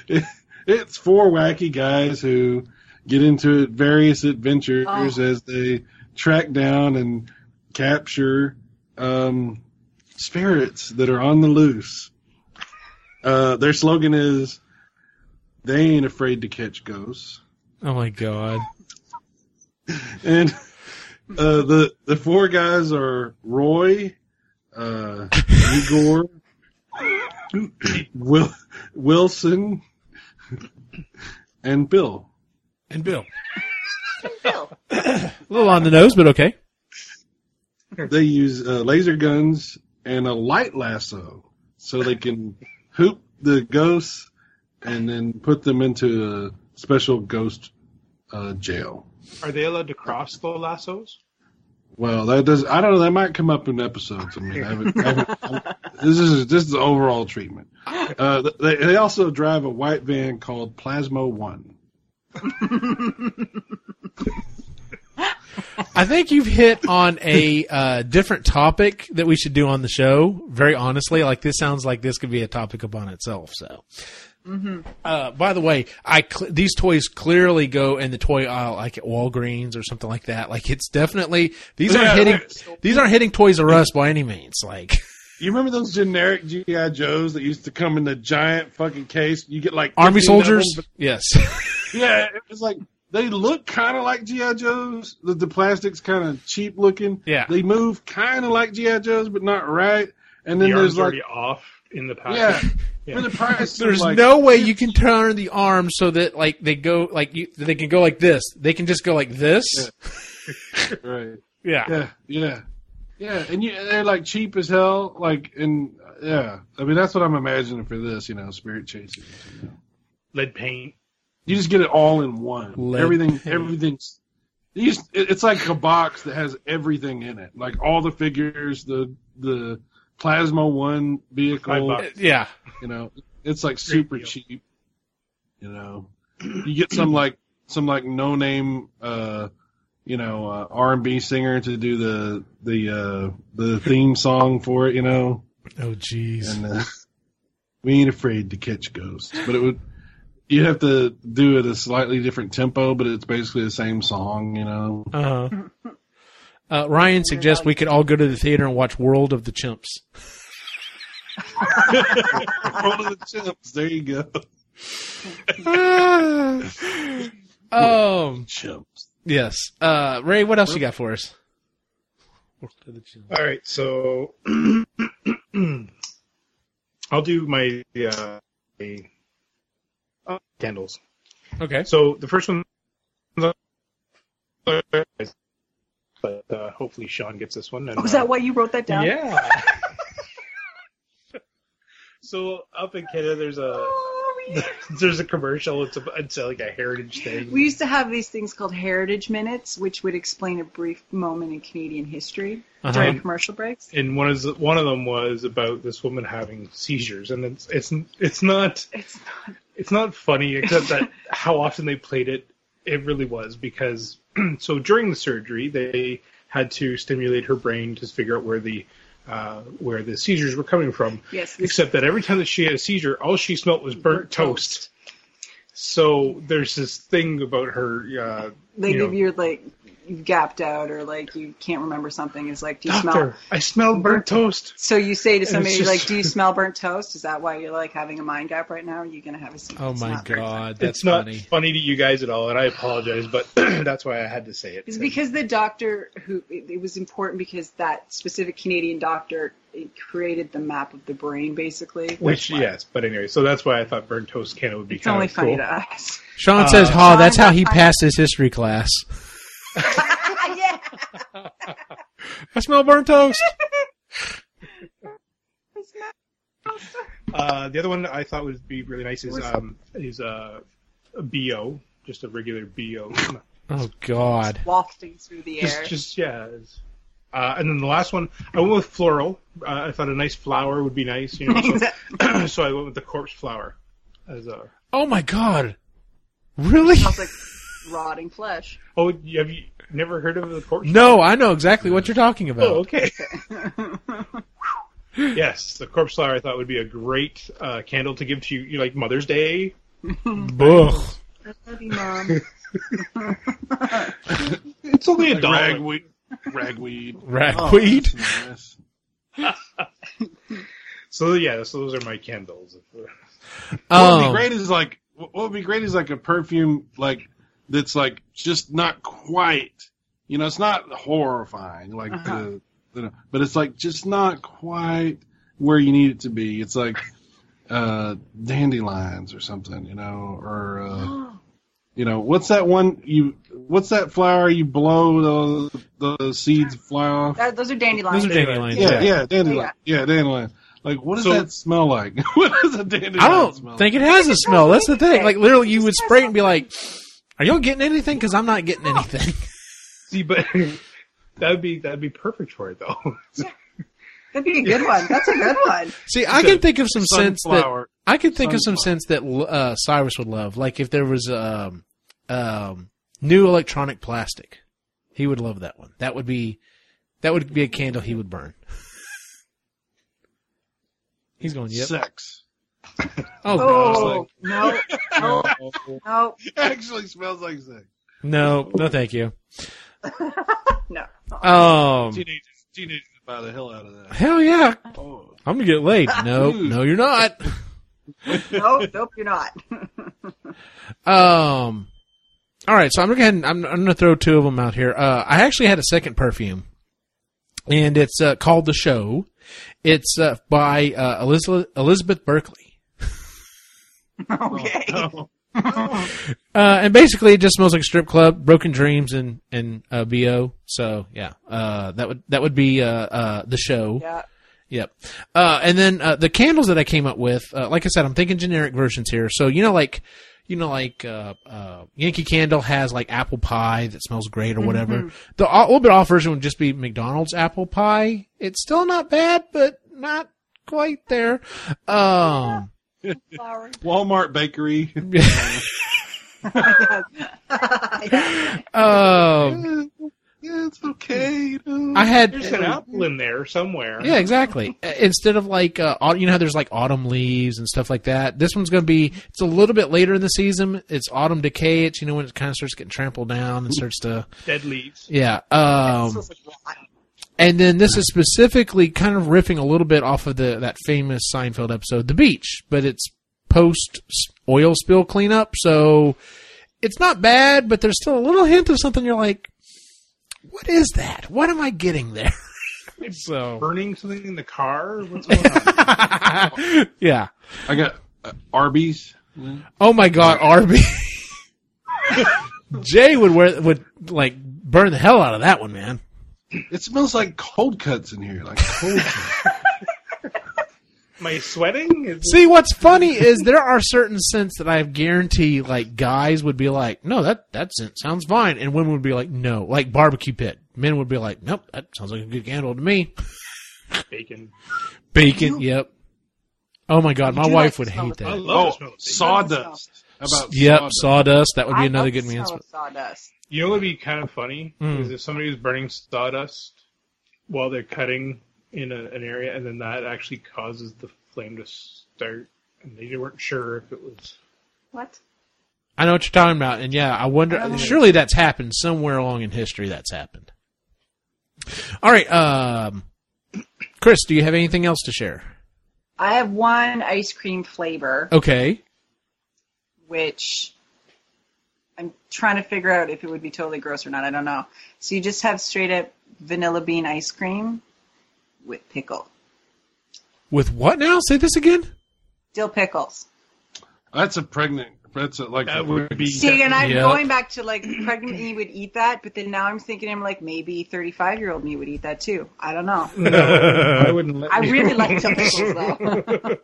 it, it's four wacky guys who get into various adventures
Oh.
as they track down and capture um, spirits that are on the loose. Uh, their slogan is they ain't afraid to catch ghosts
Oh my god.
and uh, the the four guys are Roy, uh, Igor, Will, Wilson, and Bill.
And Bill,
Bill.
a little on the nose, but okay.
They use uh, laser guns and a light lasso so they can hoop the ghosts and then put them into a special ghost uh, jail.
Are they allowed to cross the lassos?
Well, that does. I don't know. That might come up in episodes. I mean, I haven't, I haven't, this is this is the overall treatment. Uh, they, they also drive a white van called Plasmo One.
I think you've hit on a uh, different topic that we should do on the show. Very honestly, like this sounds like this could be a topic upon itself. So, uh, by the way, I cl- these toys clearly go in the toy aisle, like at Walgreens or something like that. Like it's definitely these aren't
Yeah,
hitting
right.
these aren't hitting Toys R Us by any means. Like
You remember those generic GI Joes that used to come in the giant fucking case? You get like
Army
15 of them,
soldiers, yes.
but- yeah, it was like they look kind of like GI Joes. The, the plastic's kind of cheap looking.
Yeah.
they move kind of like GI Joes, but not right. And then
the
there's
arm's
like
already off in the package.
yeah,
Yeah.
for the price, of,
There's
like,
no way you can turn the arm so that like they go like you they can go like this. They can just go like this.
right.
Yeah.
yeah, yeah, yeah. And you, they're like cheap as hell. Like, and uh, yeah, I mean that's what I'm imagining for this. You know, spirit chasing. You, know.
Lead paint.
You just get it all in one.
Lead
everything,
paint.
everything's. You just, it- it's like a box that has everything in it, like all the figures, the the plasma one
Five
vehicle.
bucks.
Yeah.
You know, it's like super
deal.
cheap. You know, you get some like some like no name, uh, you know, uh, R and B singer to do the the uh, the theme song for it. You know,
Oh jeez.
and uh, we ain't afraid to catch ghosts, but it would you would have to do it a slightly different tempo, but it's basically the same song. You know,
Uh-huh. Uh, Ryan suggests we could all go to the theater and watch World of the Chimps.
Roll to the chimps. There you go,
um,
chimps.
yes. Uh, Ray, what else you got for us? World of the Chimps.
All right, so I'll do my uh, my, uh, candles.
Okay.
So the first one, but uh, hopefully Sean gets this one. And,
Oh, is
uh,
that why you wrote that down?
Yeah. so up in Canada, there's a
Oh,
There's a commercial. It's a, it's like a heritage thing.
We used to have these things called heritage minutes, which would explain a brief moment in Canadian history during commercial breaks.
and one is one of them was about this woman having seizures, and it's it's it's not
It's not.
it's not funny except that how often they played it, it really was because so during the surgery they had to stimulate her brain to figure out where the uh, where the seizures were coming from.
Yes, this-
Except that every time that she had a seizure, all she smelt was burnt toast. So there's this thing about her. Uh,
They
you know,
give you like you've gapped out or like you can't remember something. It's like do you smell?
doctor. I smell burnt toast.
So you say to
it's
somebody
just-
like, "Do you smell burnt toast?" Is that why you're like having a mind gap right now? Are you gonna have a?
Oh
it's
my
not very funny.
god, that's
it's not
funny.
to you guys at all, and I apologize, but that's why I had to say it.
It's because the doctor who it, it was important because that specific Canadian doctor it created the map of the brain basically.
which yes, but anyway, so that's why I thought burnt toast canna would be
It's
kind
only
of
funny
cool.
to us.
Sean says, "Ha,
Sean,
that's how he
that's funny.
passed his history class."
yeah.
I smell burnt toast.
It's not-
Uh, the other one I thought would be really nice is
What's-
um, is uh, a bo, just a regular bo,
oh god.
wafting through the air.
just just yeah. it's- Uh, and then the last one, I went with floral. Uh, I thought a nice flower would be nice, you know. So, so I went with the corpse flower as a.
Oh my god. Really?
Sounds like rotting flesh.
Oh, have you never heard of the corpse?
No, I know exactly what you're talking about.
Oh, okay. yes, the corpse flower I thought would be a great uh, candle to give to you, you know, like Mother's Day.
Ugh.
I love you, mom.
It's only a dollar.
Ragweed. Ragweed. Oh,
Ragweed.
That's nice.
So yeah, so those are my candles.
What would
Um,
be great is like what would be great is like a perfume like that's like just not quite you know it's not horrifying like
Uh-huh.
the, the but it's like just not quite where you need it to be it's like uh dandelions or something you know or uh you know what's that one you what's that flower you blow the the seeds fly off
That- those are dandelions.
those are dandelions. Yeah,
yeah yeah dandelion yeah dandelion like what does
So-
that smell like what does a dandelion
I don't
smell
think
like?
it has a smell. That's the thing.
anything.
Like literally, you would
has
spray it and be like, "Are y'all getting anything? Because I'm not getting anything."
See, but that would be that would be perfect for it though.
That'd be a good one. That's a good one.
See, I can think of some sense that
sunflower
I can think of some
Sunflower.
sense that uh, Cyrus would love. Like if there was um, um, new electronic plastic, he would love that one. That would be that would be a candle he would burn. He's going. Yep.
sex
Oh,
Oh, no, no, no,
actually smells like sex.
no, no, thank you.
no.
Um,
Teenagers, teenagers buy the hell out of that.
hell yeah,
Oh,
I'm gonna get laid. No, no, you're not.
Nope, nope, you're not.
Um, all right, so I'm gonna go ahead and I'm, I'm gonna throw two of them out here. Uh, I actually had a second perfume, and it's uh, called the Show. It's uh, by uh, Elizabeth Elizabeth Berkeley, Oh,
okay.
uh, and basically it just smells like a strip club, broken dreams, and and uh, bo. So yeah, uh, that would that would be uh, uh, the Show.
Yeah.
Yep. Uh, and then uh, the candles that I came up with, uh, like I said, I'm thinking generic versions here. So you know, like you know, like uh, uh, Yankee Candle has like apple pie that smells great or whatever. The a little bit off version would just be McDonald's apple pie. It's still not bad, but not quite there. Um,
Flower.
Walmart bakery.
yeah.
um,
yeah, it's okay. You know.
I had
There's an apple in there somewhere.
Yeah, exactly. Uh, Instead of like, uh, au- you know how there's like autumn leaves and stuff like that. This one's going to be, it's a little bit later in the season. It's autumn decay. It's, you know, when it kind of starts getting trampled down and starts to,
dead leaves.
yeah. Um,
Smells like rot.
and then this is specifically kind of riffing a little bit off of the, that famous Seinfeld episode, The Beach, but it's post s- oil spill cleanup. So it's not bad, but there's still a little hint of something you're like, what is that? What am I getting there? so.
Burning something in the car. What's going on?
yeah.
I got uh, Arby's.
Oh my God, Arby. Jay would wear would like burn the hell out of that one, man.
It smells like cold cuts in here, like cold cuts.
Am I sweating? Is-
See, what's funny is there are certain scents that I guarantee, like guys would be like, "No, that that scent sounds fine," and women would be like, "No," like barbecue pit. Men would be like, "Nope, that sounds like a good candle to me."
bacon.
Bacon, yep. Oh my god, my
do
wife
like
would
the smell
hate
of
that.
I love the
Oh,
smell of bacon.
sawdust. How About
yep,
sawdust.
sawdust. That would be
I
another
love
good
the
man's.
smell of sawdust.
You know what would be kind of funny is if somebody was burning sawdust while they're cutting in a, an area, and then that actually causes the flame to start, and they weren't sure if it was.
What?
I know what you're talking about, and yeah, I wonder. surely that's happened somewhere along in history. That's happened. All right, um, Chris, do you have anything else to share?
I have one ice cream flavor,
Okay,
which I'm trying to figure out if it would be totally gross or not. I don't know. So you just have straight up vanilla bean ice cream with pickle,
with what now? Say this again.
dill pickles.
That's a pregnant. That's a, like
That
a
would be.
See, and I'm
Yeah.
going back to like pregnant me would eat that, but then now I'm thinking I'm like maybe 35 year old me would eat that too. I don't
Mm,
know.
I wouldn't let.
I
me-
really like dill pickles though.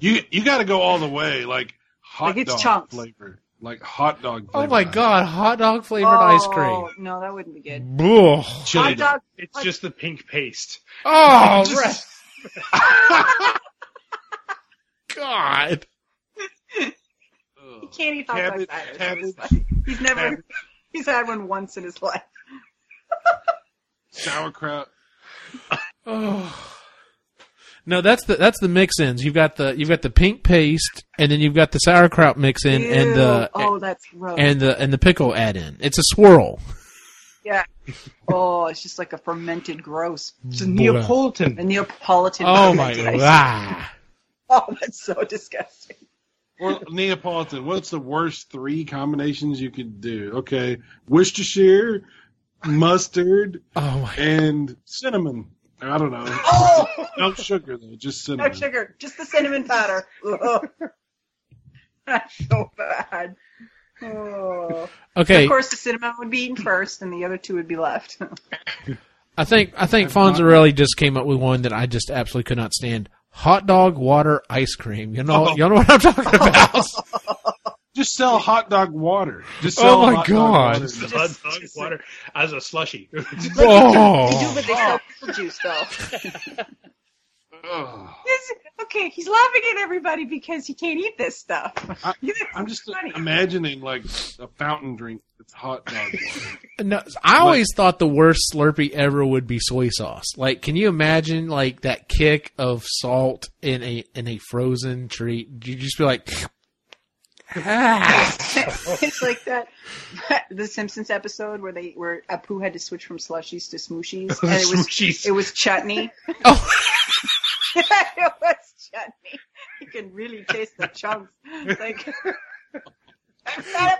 You you got to go all the way, like hot
Like, it's
dog
chunks.
flavor, like hot dog.
Oh
Flavor
my god, hot dog flavored ice cream.
Oh, No, that wouldn't be good.
Ugh.
Chili
Hot dog.
It's just the pink paste.
Oh, right. God.
He can't eat hot
Cabbage-
dogs either. so
cabbage-
it's like- he's never. He's had one once in his life.
sauerkraut.
Oh. No, that's the that's the mix ins. You've got the you've got the pink paste, and then you've got the sauerkraut mix in, and the
Ew. oh, that's gross.
and the and the pickle add in. It's a swirl.
yeah. Oh, it's just like a fermented gross.
It's a Neapolitan.
A Neapolitan.
Oh my
fermented ice
god.
cream. Oh, that's so disgusting.
Or Neapolitan. What's the worst three combinations you could do? Okay, Worcestershire, mustard,
Oh my.
and cinnamon. I don't know.
Oh,
No sugar though, just cinnamon.
no sugar, just the cinnamon powder. Ugh. that's so bad. Oh.
Okay,
Of course, the cinnamon would be eaten first, and the other two would be left.
I think I think Fonzarelli just came up with one that I just absolutely could not stand. Hot dog water ice cream. You
Oh.
know, you know what I'm talking about.
Just sell hot dog water. Just
Oh
sell
my
hot
God.
Dog water.
Hot
Just-
dog
just-
water as a slushy.
They do,
Oh.
but they sell pickle juice though.
Ugh.
This- okay, he's laughing at everybody because he can't eat this stuff.
I-
This is
I'm just
funny.
imagining like a fountain drink that's hot dog water.
No, I always thought the worst Slurpee ever would be soy sauce. Like, can you imagine like that kick of salt in a in a frozen treat? You just be like, ah.
it's like that the Simpsons episode where they where Apu had to switch from slushies to smooshies, and it was
Smooshies.
it was chutney.
Oh.
it was chutney. You can really taste the chunks. Like. Because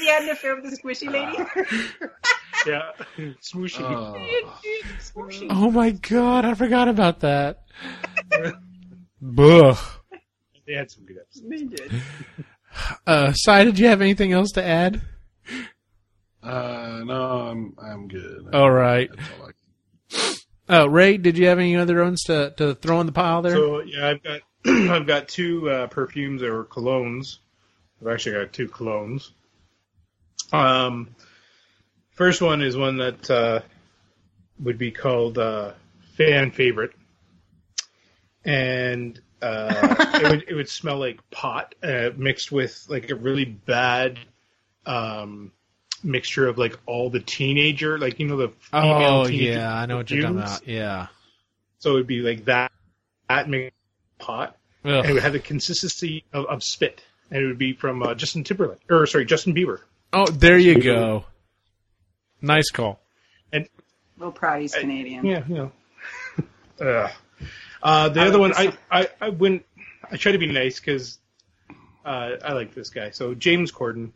he had an affair with the squishy lady.
yeah, smooshy.
Oh.
Ugh.
Squishy.
oh my god, I forgot about that. Buh.
they had some good episodes.
They did.
Uh, Sai, did you have anything else to add?
Uh, no, I'm I'm good.
All right.
That's all I
Uh, Ray, did you have any other ones to, to throw in the pile there?
So yeah, I've got I've got two uh, perfumes or colognes. I've actually got two colognes. Um, first one is one that uh, would be called uh, fan favorite, and uh, it would it would smell like pot uh, mixed with like a really bad um, mixture of like all the teenager like you know the female
oh
teenager
yeah, I know what you're talking
perfumes.
about. Yeah.
So it would be like that, that mixed with pot,
Ugh.
and it would have the consistency of, of spit. And it would be from uh, Justin Timberlake, or sorry, Justin Bieber.
Oh, there you go. Nice call.
Little proud he's Canadian.
Yeah, you know. Ugh. uh, the other one, I, I, I went, I try to be nice because uh, I like this guy. So James Corden,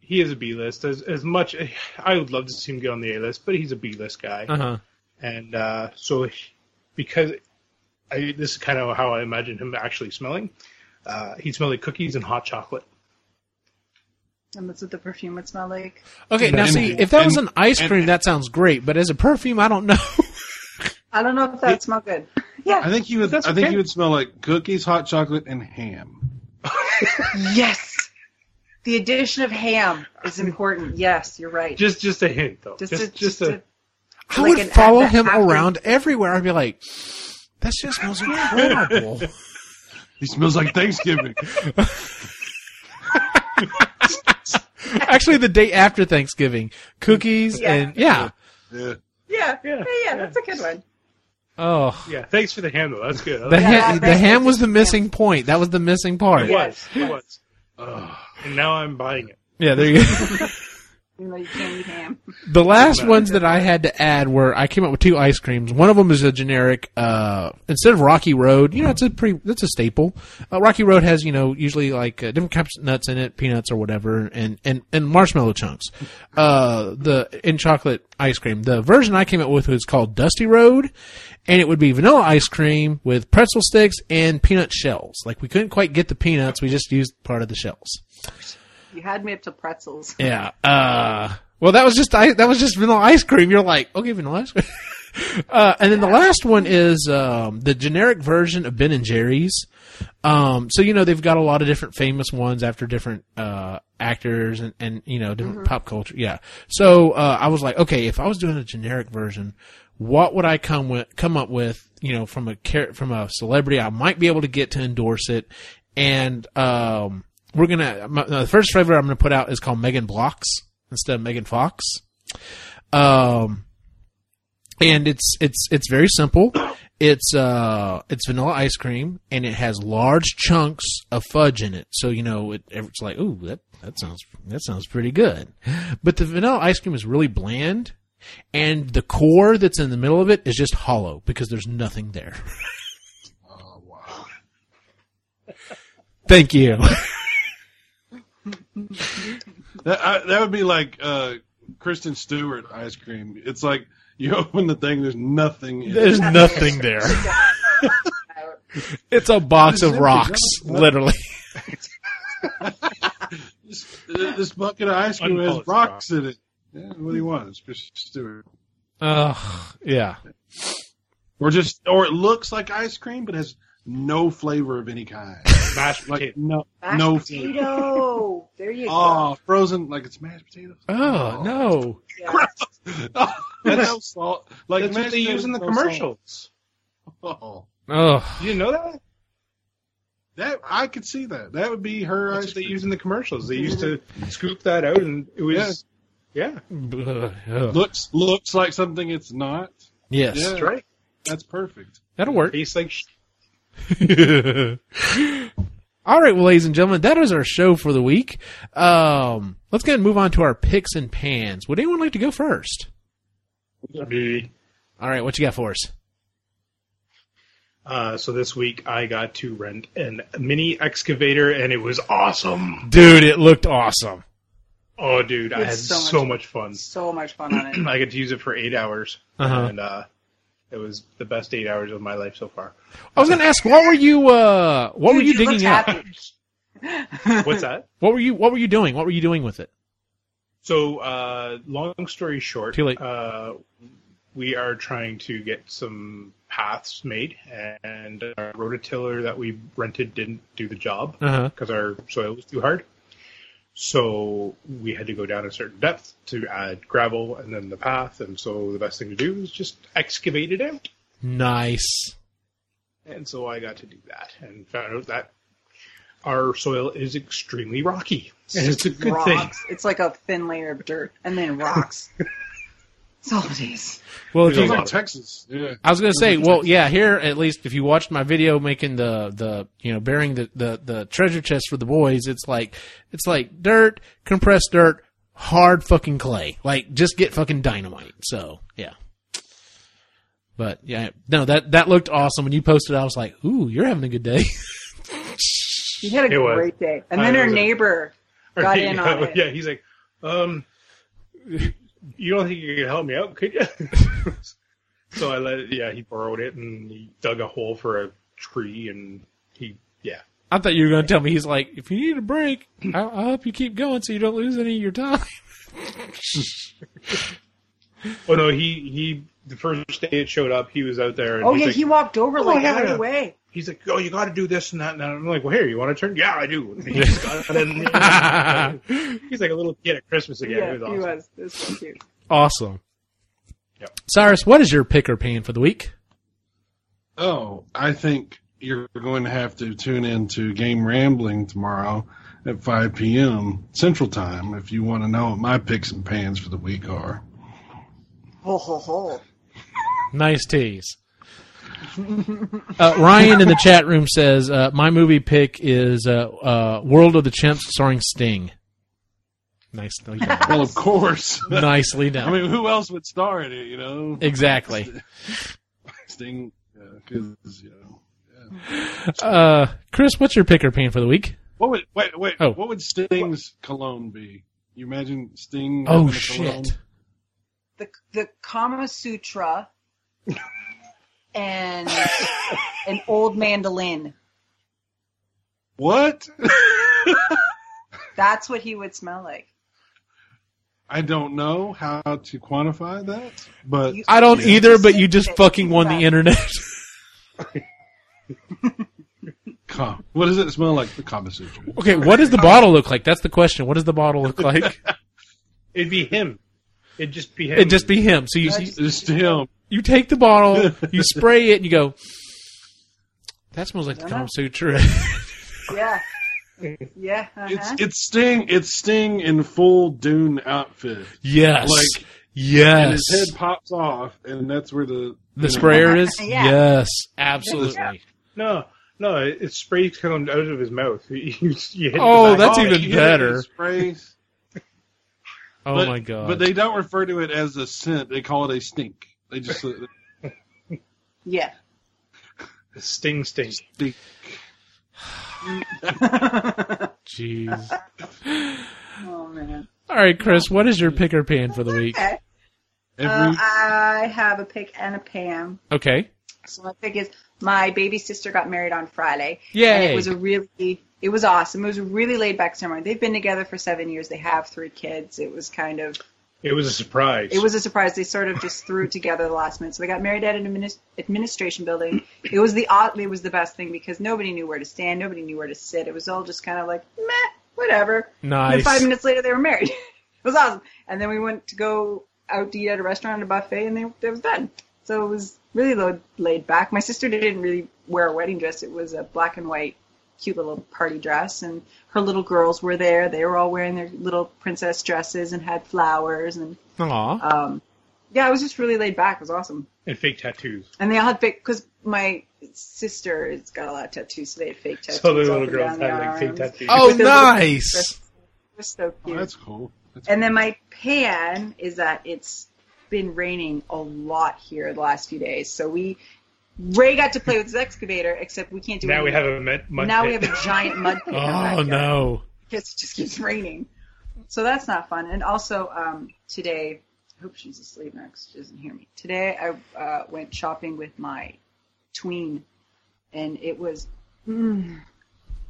he is a B list. As as much, I would love to see him get on the A list, but he's a B list guy.
Uh huh.
and uh, so because I, this is kind of how I imagine him actually smelling. Uh, he'd smell like cookies and hot chocolate.
And that's what the perfume would smell like.
Okay, now
And-
see, if that was
and-
an ice
and-
cream, that sounds great, but as a perfume, I don't know.
I don't know if that would smell good. Yeah.
I think you would. I
That's
think
okay.
you would smell like cookies, hot chocolate, and ham.
Yes. The addition of ham is important. Yes, you're right.
Just just a hint though. Just
Just
just,
a- just
a,
a-
I
Like
would
an
follow
after-
him
after-
around everywhere. I'd be like, that shit smells incredible.
He smells like Thanksgiving.
Actually, the day after Thanksgiving, cookies
Yeah.
and yeah.
yeah.
yeah, yeah,
Yeah.
yeah, that's a good one.
Oh,
yeah. Thanks for the handle. That's good. I
the,
like
Yeah,
ham, the
that's-
ham was the missing point. That was the missing part.
it. it
Yeah,
Yeah.
was. It was. and now I'm buying it.
there you go.
Even though you can't eat ham.
The last ones that I had to add were I came up with two ice creams. One of them is a generic. Uh, instead of Rocky Road, you know, it's a pretty that's a staple. Uh, Rocky Road has you know usually like uh, different types of nuts in it, peanuts or whatever, and and and marshmallow chunks. Uh, the in chocolate ice cream. The version I came up with was called Dusty Road, and it would be vanilla ice cream with pretzel sticks and peanut shells. Like we couldn't quite get the peanuts, we just used part of the shells.
You had me up to pretzels.
Yeah. Uh, well, that was just I, that was just vanilla ice cream. You're like, okay, vanilla ice cream. Uh, and then the last one is um, the generic version of Ben and Jerry's. Um, so you know they've got a lot of different famous ones after different uh, actors and, and you know different pop culture. Yeah. So uh, I was like, okay, if I was doing a generic version, what would I come with? Come up with you know from a char- from a celebrity I might be able to get to endorse it. And um, we're gonna my, uh, the first flavor I'm gonna put out is called Megan Blocks instead of Megan Fox. Um, and it's it's it's very simple. It's uh it's vanilla ice cream and it has large chunks of fudge in it. So you know it, it's like ooh that that sounds that sounds pretty good, but the vanilla ice cream is really bland, and the core that's in the middle of it is just hollow because there's nothing there.
Oh wow.
Thank you.
That I, that would be like uh, Kristen Stewart ice cream. It's like you open the thing, there's nothing. In it.
There's nothing there. It's a box of rocks, literally.
This, this bucket of ice cream has
Unpolished
rocks in it. Yeah, what do you want? It's Kristen Stewart.
Ugh, yeah.
Or just, or it looks like ice cream, but has no flavor of any kind.
Mashed
Like
potato.
no,
Mashed
no flavor.
potato. there you go.
Oh, frozen like it's mashed potatoes.
Oh no.
Yeah.
Oh, that's no salt. Like
That's what
mashed
they use in the
potatoes, no
commercials.
salt. Oh,
Oh,
You didn't know that?
that I could see that. That would be her
That's
ice
what they
cream.
use in the commercials. They used to scoop that out, and it was yeah.
looks looks like something it's not.
yes,
Yeah.
That's right.
That's perfect.
that'll work.
Tastes like sh-
All right, well, ladies and gentlemen, that is our show for the week. Um, let's go ahead and move on to our picks and pans. Would anyone like to go first? All right, what you got for us?
Uh, so this week I got to rent an mini excavator, and it was awesome.
Dude, it looked awesome.
Oh, dude, I
It's
had
so
so,
much fun.
much fun.
So much fun on it.
I got to use it for eight hours,
Uh-huh.
and uh, it was the best eight hours of my life so far.
I was going to ask, what were you, uh, what were
Dude,
you,
you
digging
looked
up?
happy.
What's that?
What were you, what were you doing? What were you doing with it?
So, uh, long story short,
Too late.
Uh, we are trying to get some paths made, and our rototiller that we rented didn't do the job
Uh-huh.
because our soil was too hard. So we had to go down a certain depth to add gravel and then the path, and so the best thing to do is just excavate it out.
Nice.
And so I got to do that and found out that our soil is extremely rocky, and it's a good thing.
rocks. It's like a thin layer of dirt, and then rocks. That's all it is.
Well, if
There's
you,
It's like
lot.
Texas. Yeah.
I was gonna say, well, yeah, here at least if you watched my video making the the you know burying the the the treasure chest for the boys, it's like it's like dirt, compressed dirt, hard fucking clay. Like just get fucking dynamite. So yeah. But yeah, no, that that looked awesome. When you posted, I was like, "Ooh, you're having a good day."
You had a
It was.
great day, and
I
then her
was a-
neighbor got in
yeah,
on it.
Yeah, he's like, um, you don't think you could help me out, could you? so I let, yeah, he borrowed it and he dug a hole for a tree and he, yeah.
I thought you were gonna tell me he's like, "If you need a break, I, I hope you keep going so you don't lose any of your time."
Oh no, he he. The first day it showed up, he was out there. And
Oh
he's
yeah,
like,
he walked over like
yeah,
right
yeah.
away.
He's like, oh, you got to do this and that. And that." I'm like, well, here, you want to turn? Yeah, I do. And he just got it in. He's like a little kid at Christmas again.
Yeah,
it was
he
awesome.
was. It was so cute.
Awesome.
Yep.
Cyrus, what is your pick or pan for the week?
Oh, I think you're going to have to tune in to Game Rambling tomorrow at 5 p.m. Central Time if you want to know what my picks and pans for the week are.
Ho ho ho.
Nice tease. Uh, Ryan in the chat room says uh, my movie pick is uh, uh, World of the Chimps starring Sting. Nicely done.
Well, of course.
Nicely
I
done.
mean, who else would star in it, you know?
exactly.
Sting, because, you know.
Uh, Chris, what's your pick or pan for the week?
What would, wait, wait,
Oh.
what would Sting's cologne be? You imagine Sting?
Oh
having a cologne?
shit!
The the Kama Sutra and an old mandolin.
What?
That's what he would smell like.
I don't know how to quantify that, but
You-
I don't
you
either, but you
sit
just
there,
fucking
think
won
about
the
it.
internet.
Ka- what does it smell like? The Kama Sutra.
okay, what does the bottle look like? That's the question. What does the bottle look like?
It'd be him. It'd just be him.
It'd just be him. So you
It's to him.
you take the bottle, you spray it, and you go. That smells like the Kama Sutra.
Yeah. Yeah. Uh-huh.
It's it's Sting. It's Sting in full Dune outfit.
yes.
Like- And
yes.
his head pops off, and that's where the
The sprayer is?
Yeah.
Yes, absolutely.
no, no. It, it sprays coming out of his mouth. You, you hit
Oh,
the back
that's
of
Oh,
it.
even
you hit it
better.
with sprays.
Oh
But-
my god.
But they don't refer to it as a scent. They call it a stink. They just uh,
yeah.
sting, sting.
stink.
Jeez.
Oh man.
All right, Chris, what is your pick or pan for the week?
Okay. Uh,
Every
I have a pick and a Pam.
Okay.
So my pick is my baby sister got married on Friday. And
Yay.
it was a really it was awesome. It was a really laid back ceremony. They've been together for seven years. They have three kids. It was kind of
It was a surprise.
it was a surprise. They sort of just threw it together at the last minute. So they got married at an adminis- administration building. It was the odd- it was the best thing because nobody knew where to stand, nobody knew where to sit. It was all just kind of like meh, whatever. And
Nice.
then five minutes later, they were married. it was awesome. And then we went to go out to eat at a restaurant, at a buffet, and they, it was done. So it was really low, laid back. My sister didn't really wear a wedding dress. It was a black and white, cute little party dress, and her little girls were there. They were all wearing their little princess dresses and had flowers, and
Aw.
um, yeah, it was just really laid back. It was awesome.
and fake tattoos.
And they all had fake because my sister has got a lot of tattoos, so they had fake tattoos.
So the
all
little
up and
girls
down
had
their
like fake
arms.
tattoos.
Oh,
With their little
nice.
dresses. It was so
oh,
cute.
that's cool. That's
And then my pan is that it's been raining a lot here the last few days. So we Ray got to play with his excavator, except we can't do
Now we have
anything.
a met. mud
now we
pit.
have a giant mud pit. in our
Oh
backyard
no.
because it just keeps raining. So that's not fun. And also um, today, I hope she's asleep now 'cause she doesn't hear me. Today I uh, went shopping with my tween, and it was mm,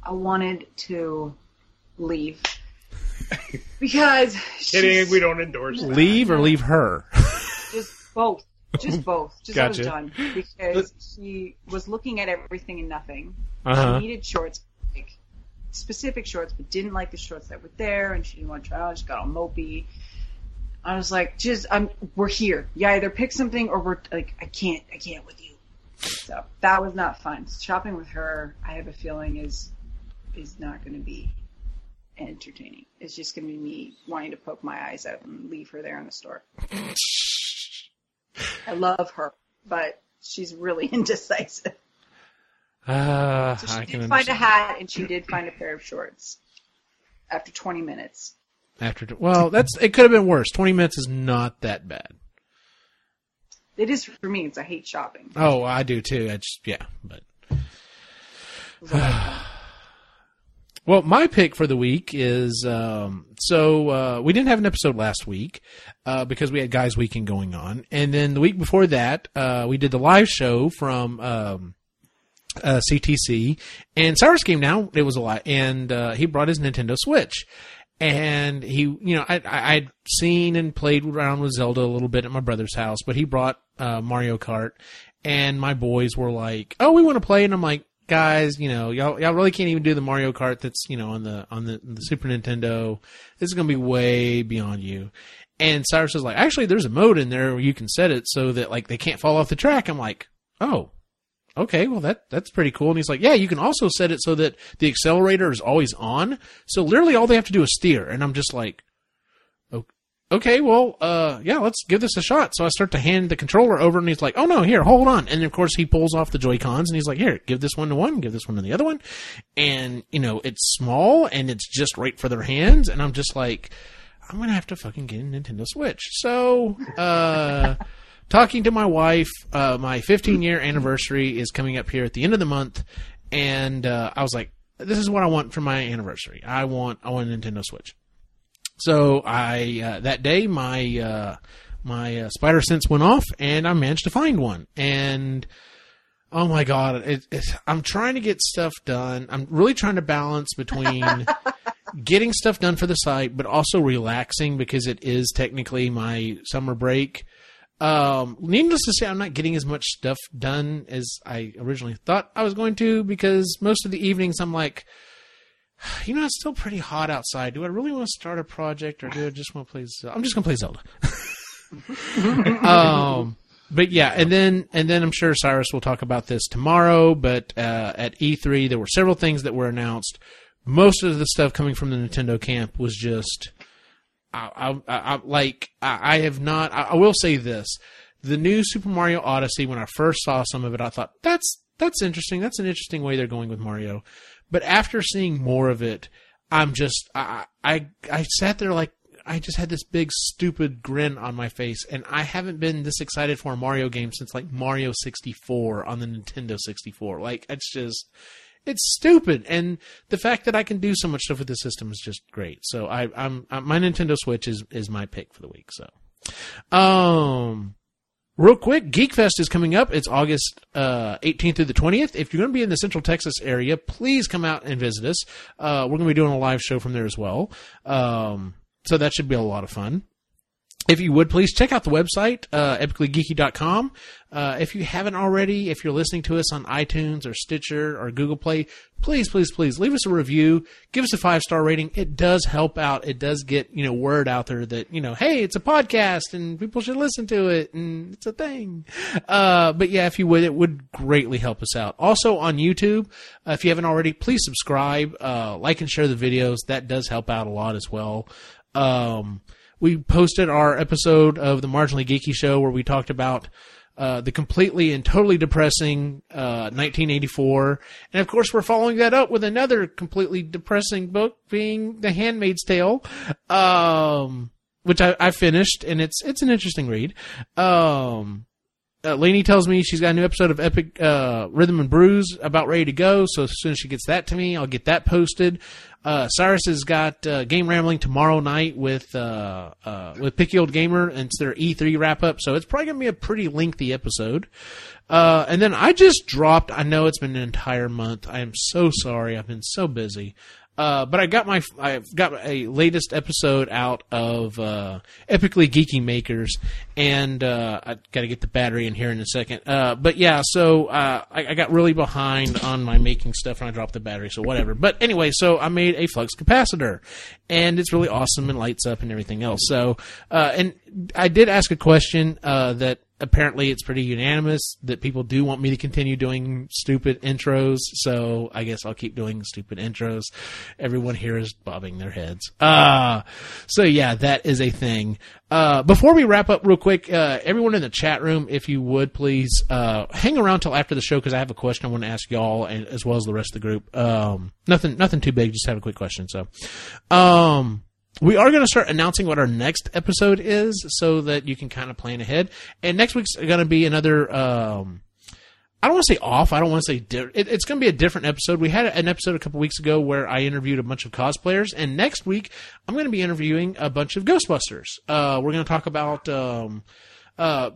I wanted to leave because
kidding.
she's
We don't endorse. that.
Leave or leave her.
just both. Just both. Just I was
Gotcha.
done because she was looking at everything and nothing.
Uh-huh.
She needed shorts, like specific shorts, but didn't like the shorts that were there, and she didn't want to try on. She got all mopey. I was like, "Just, I'm, we're here. You either pick something or we're like, I can't, I can't with you." So that was not fun. Shopping with her, I have a feeling is is not going to be entertaining. It's just going to be me wanting to poke my eyes out and leave her there in the store. I love her, but she's really indecisive.
Uh,
So she
I
did
can
find a
understand.
hat and she did find a pair of shorts after 20 minutes.
After well, that's it could have been worse. 20 minutes is not that bad.
It is for me because I hate shopping.
Oh, I do too. I just yeah, but Well, my pick for the week is um, so uh, we didn't have an episode last week uh, because we had Guys Weekend going on, and then the week before that uh, we did the live show from um, uh, CTC, and Cyrus came down. It was a lot, and uh, he brought his Nintendo Switch, and he, you know, I, I, I'd seen and played around with Zelda a little bit at my brother's house, but he brought uh, Mario Kart, and my boys were like, "Oh, we want to play," and I'm like, "Guys, you know, y'all, y'all really can't even do the Mario Kart that's you know on the on the, the Super Nintendo. This is gonna be way beyond you." And Cyrus is like, "Actually, there's a mode in there where you can set it so that like they can't fall off the track." I'm like, "Oh." okay, well that that's pretty cool. And he's like, yeah, you can also set it so that the accelerator is always on. So literally all they have to do is steer. And I'm just like, "O- okay, well, uh, yeah, let's give this a shot. So I start to hand the controller over, and he's like, oh no, here, hold on. And of course he pulls off the Joy Cons, and he's like, here, give this one to one, give this one to the other one. And you know, it's small and it's just right for their hands. And I'm just like. I'm gonna have to fucking get a Nintendo Switch. So, uh, talking to my wife. Uh, my 15 year anniversary is coming up here at the end of the month, and uh, I was like, "This is what I want for my anniversary. I want I want a Nintendo Switch." So I uh, that day my uh, my uh, Spider Sense went off, and I managed to find one. And oh my god, it, it's, I'm trying to get stuff done. I'm really trying to balance between. Getting stuff done for the site, but also relaxing because it is technically my summer break. Um, needless to say, I'm not getting as much stuff done as I originally thought I was going to because most of the evenings I'm like, you know, it's still pretty hot outside. Do I really want to start a project or do I just want to play? Zelda? I'm just going to play Zelda. um, but yeah, and then and then I'm sure Cyrus will talk about this tomorrow. But uh, at E3, there were several things that were announced. Most of the stuff coming from the Nintendo camp was just. I, I, I like I, I have not. I, I will say this: the new Super Mario Odyssey. When I first saw some of it, I thought that's that's interesting. That's an interesting way they're going with Mario. But after seeing more of it, I'm just I I I I sat there like I just had this big stupid grin on my face, and I haven't been this excited for a Mario game since like Mario 64 on the Nintendo 64. Like it's just it's stupid. And the fact that I can do so much stuff with the system is just great. So I, I'm, i my Nintendo Switch is is my pick for the week. So, um. Real quick, GeekFest is coming up. It's August uh, 18th through the 20th. If you're going to be in the Central Texas area, please come out and visit us. Uh, we're going to be doing a live show from there as well. Um, so that should be a lot of fun if you would please check out the website uh, epicallygeeky.com uh, if you haven't already if you're listening to us on itunes or stitcher or google play please please please leave us a review give us a five star rating it does help out it does get you know word out there that you know hey it's a podcast and people should listen to it and it's a thing uh, but yeah if you would it would greatly help us out also on youtube uh, if you haven't already please subscribe uh, like and share the videos that does help out a lot as well um, we posted our episode of the Marginally Geeky Show where we talked about uh, the completely and totally depressing uh, 1984. And of course, we're following that up with another completely depressing book being The Handmaid's Tale, um, which I, I finished, and it's it's an interesting read. Um, uh, Lainey tells me she's got a new episode of Epic uh, Rhythm and Brews about ready to go. So as soon as she gets that to me, I'll get that posted. Uh, Cyrus has got uh, game rambling tomorrow night with uh, uh, with Picky Old Gamer, and it's their E3 wrap up. So it's probably gonna be a pretty lengthy episode. Uh, and then I just dropped. I know it's been an entire month. I am so sorry. I've been so busy. Uh, but I got my I've got a latest episode out of uh, Epically Geeky Makers, and uh, I got to get the battery in here in a second. Uh, but yeah, so uh, I, I got really behind on my making stuff, and I dropped the battery, so whatever. But anyway, so I made a flux capacitor, and it's really awesome and lights up and everything else. So uh, and I did ask a question uh, that apparently it's pretty unanimous that people do want me to continue doing stupid intros. So I guess I'll keep doing stupid intros. Everyone here is bobbing their heads. Uh, so yeah, that is a thing. Uh, before we wrap up real quick, uh, everyone in the chat room, if you would please, uh, hang around till after the show because I have a question I want to ask y'all and as well as the rest of the group. Um, nothing, nothing too big. Just have a quick question. So, um, we are going to start announcing what our next episode is so that you can kind of plan ahead. And next week's going to be another, um, I don't want to say off. I don't want to say di- it, it's going to be a different episode. We had an episode a couple weeks ago where I interviewed a bunch of cosplayers, and next week I'm going to be interviewing a bunch of Ghostbusters. Uh, we're going to talk about um, uh,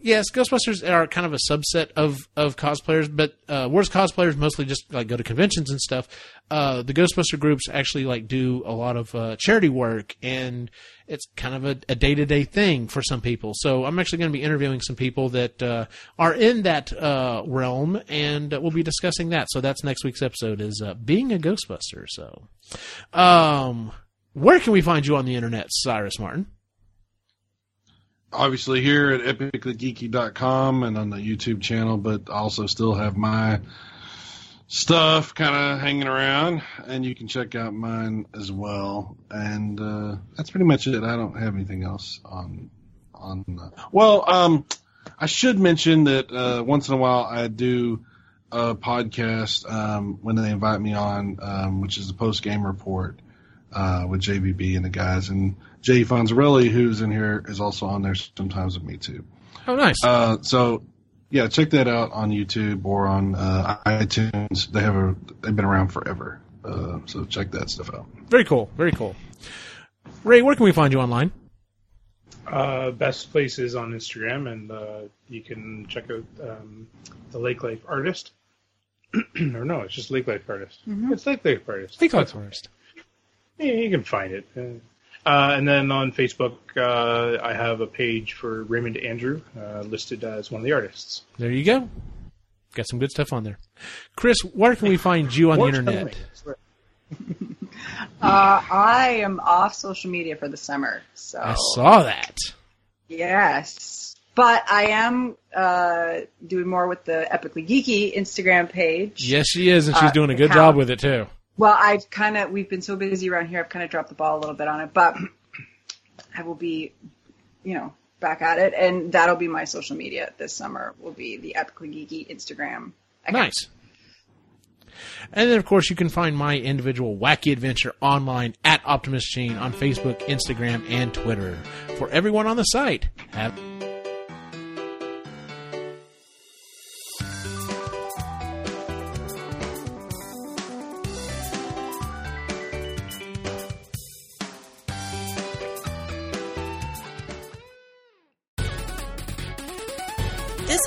yes, Ghostbusters are kind of a subset of of cosplayers, but uh, whereas cosplayers mostly just like go to conventions and stuff, uh, the Ghostbuster groups actually like do a lot of uh, charity work, and it's kind of a day to day thing for some people. So I'm actually going to be interviewing some people that uh, are in that uh, realm, and uh, we'll be discussing that. So that's next week's episode is uh, being a Ghostbuster. So, um, where can we find you on the internet, Cyrus Martin?
obviously here at epicallygeeky.com and on the YouTube channel, but I also still have my stuff kind of hanging around, and you can check out mine as well. And uh, that's pretty much it. I don't have anything else on on. Uh, well, um, I should mention that uh, once in a while I do a podcast um, when they invite me on, um, which is the post game report uh, with JBB and the guys, and Jay Fonzarelli, who's in here, is also on there sometimes with me too.
Oh, nice.
Uh, so, yeah, check that out on YouTube or on uh, iTunes. They have a they've been around forever, uh, so check that stuff out.
Very cool. Very cool. Ray, where can we find you online?
Uh, best place is on Instagram, and uh, you can check out um, the Lake Life Artist. or no, it's just Lake Life Artist.
Mm-hmm.
It's Lake Life Artist.
Think Life Forest.
Yeah, you can find it. Uh, and then on Facebook, uh, I have a page for Raymond Andrew uh, listed as one of the artists.
There you go. Got some good stuff on there. Chris, where can we find you on the
Works for
internet?
me. That's right.
Uh, I am off social media for the summer. So
I saw that.
Yes. But I am uh, doing more with the Epically Geeky Instagram page.
Yes, she is, and she's
Uh,
doing a good
how-
job with it too.
Well, I've kind of, we've been so busy around here, I've kind of dropped the ball a little bit on it, but I will be, you know, back at it. And that'll be my social media this summer, will be the Epically Geeky Instagram. account.
Nice. And then, of course, you can find my individual wacky adventure online at Optimus Gene on Facebook, Instagram, and Twitter. For everyone on the site, have
This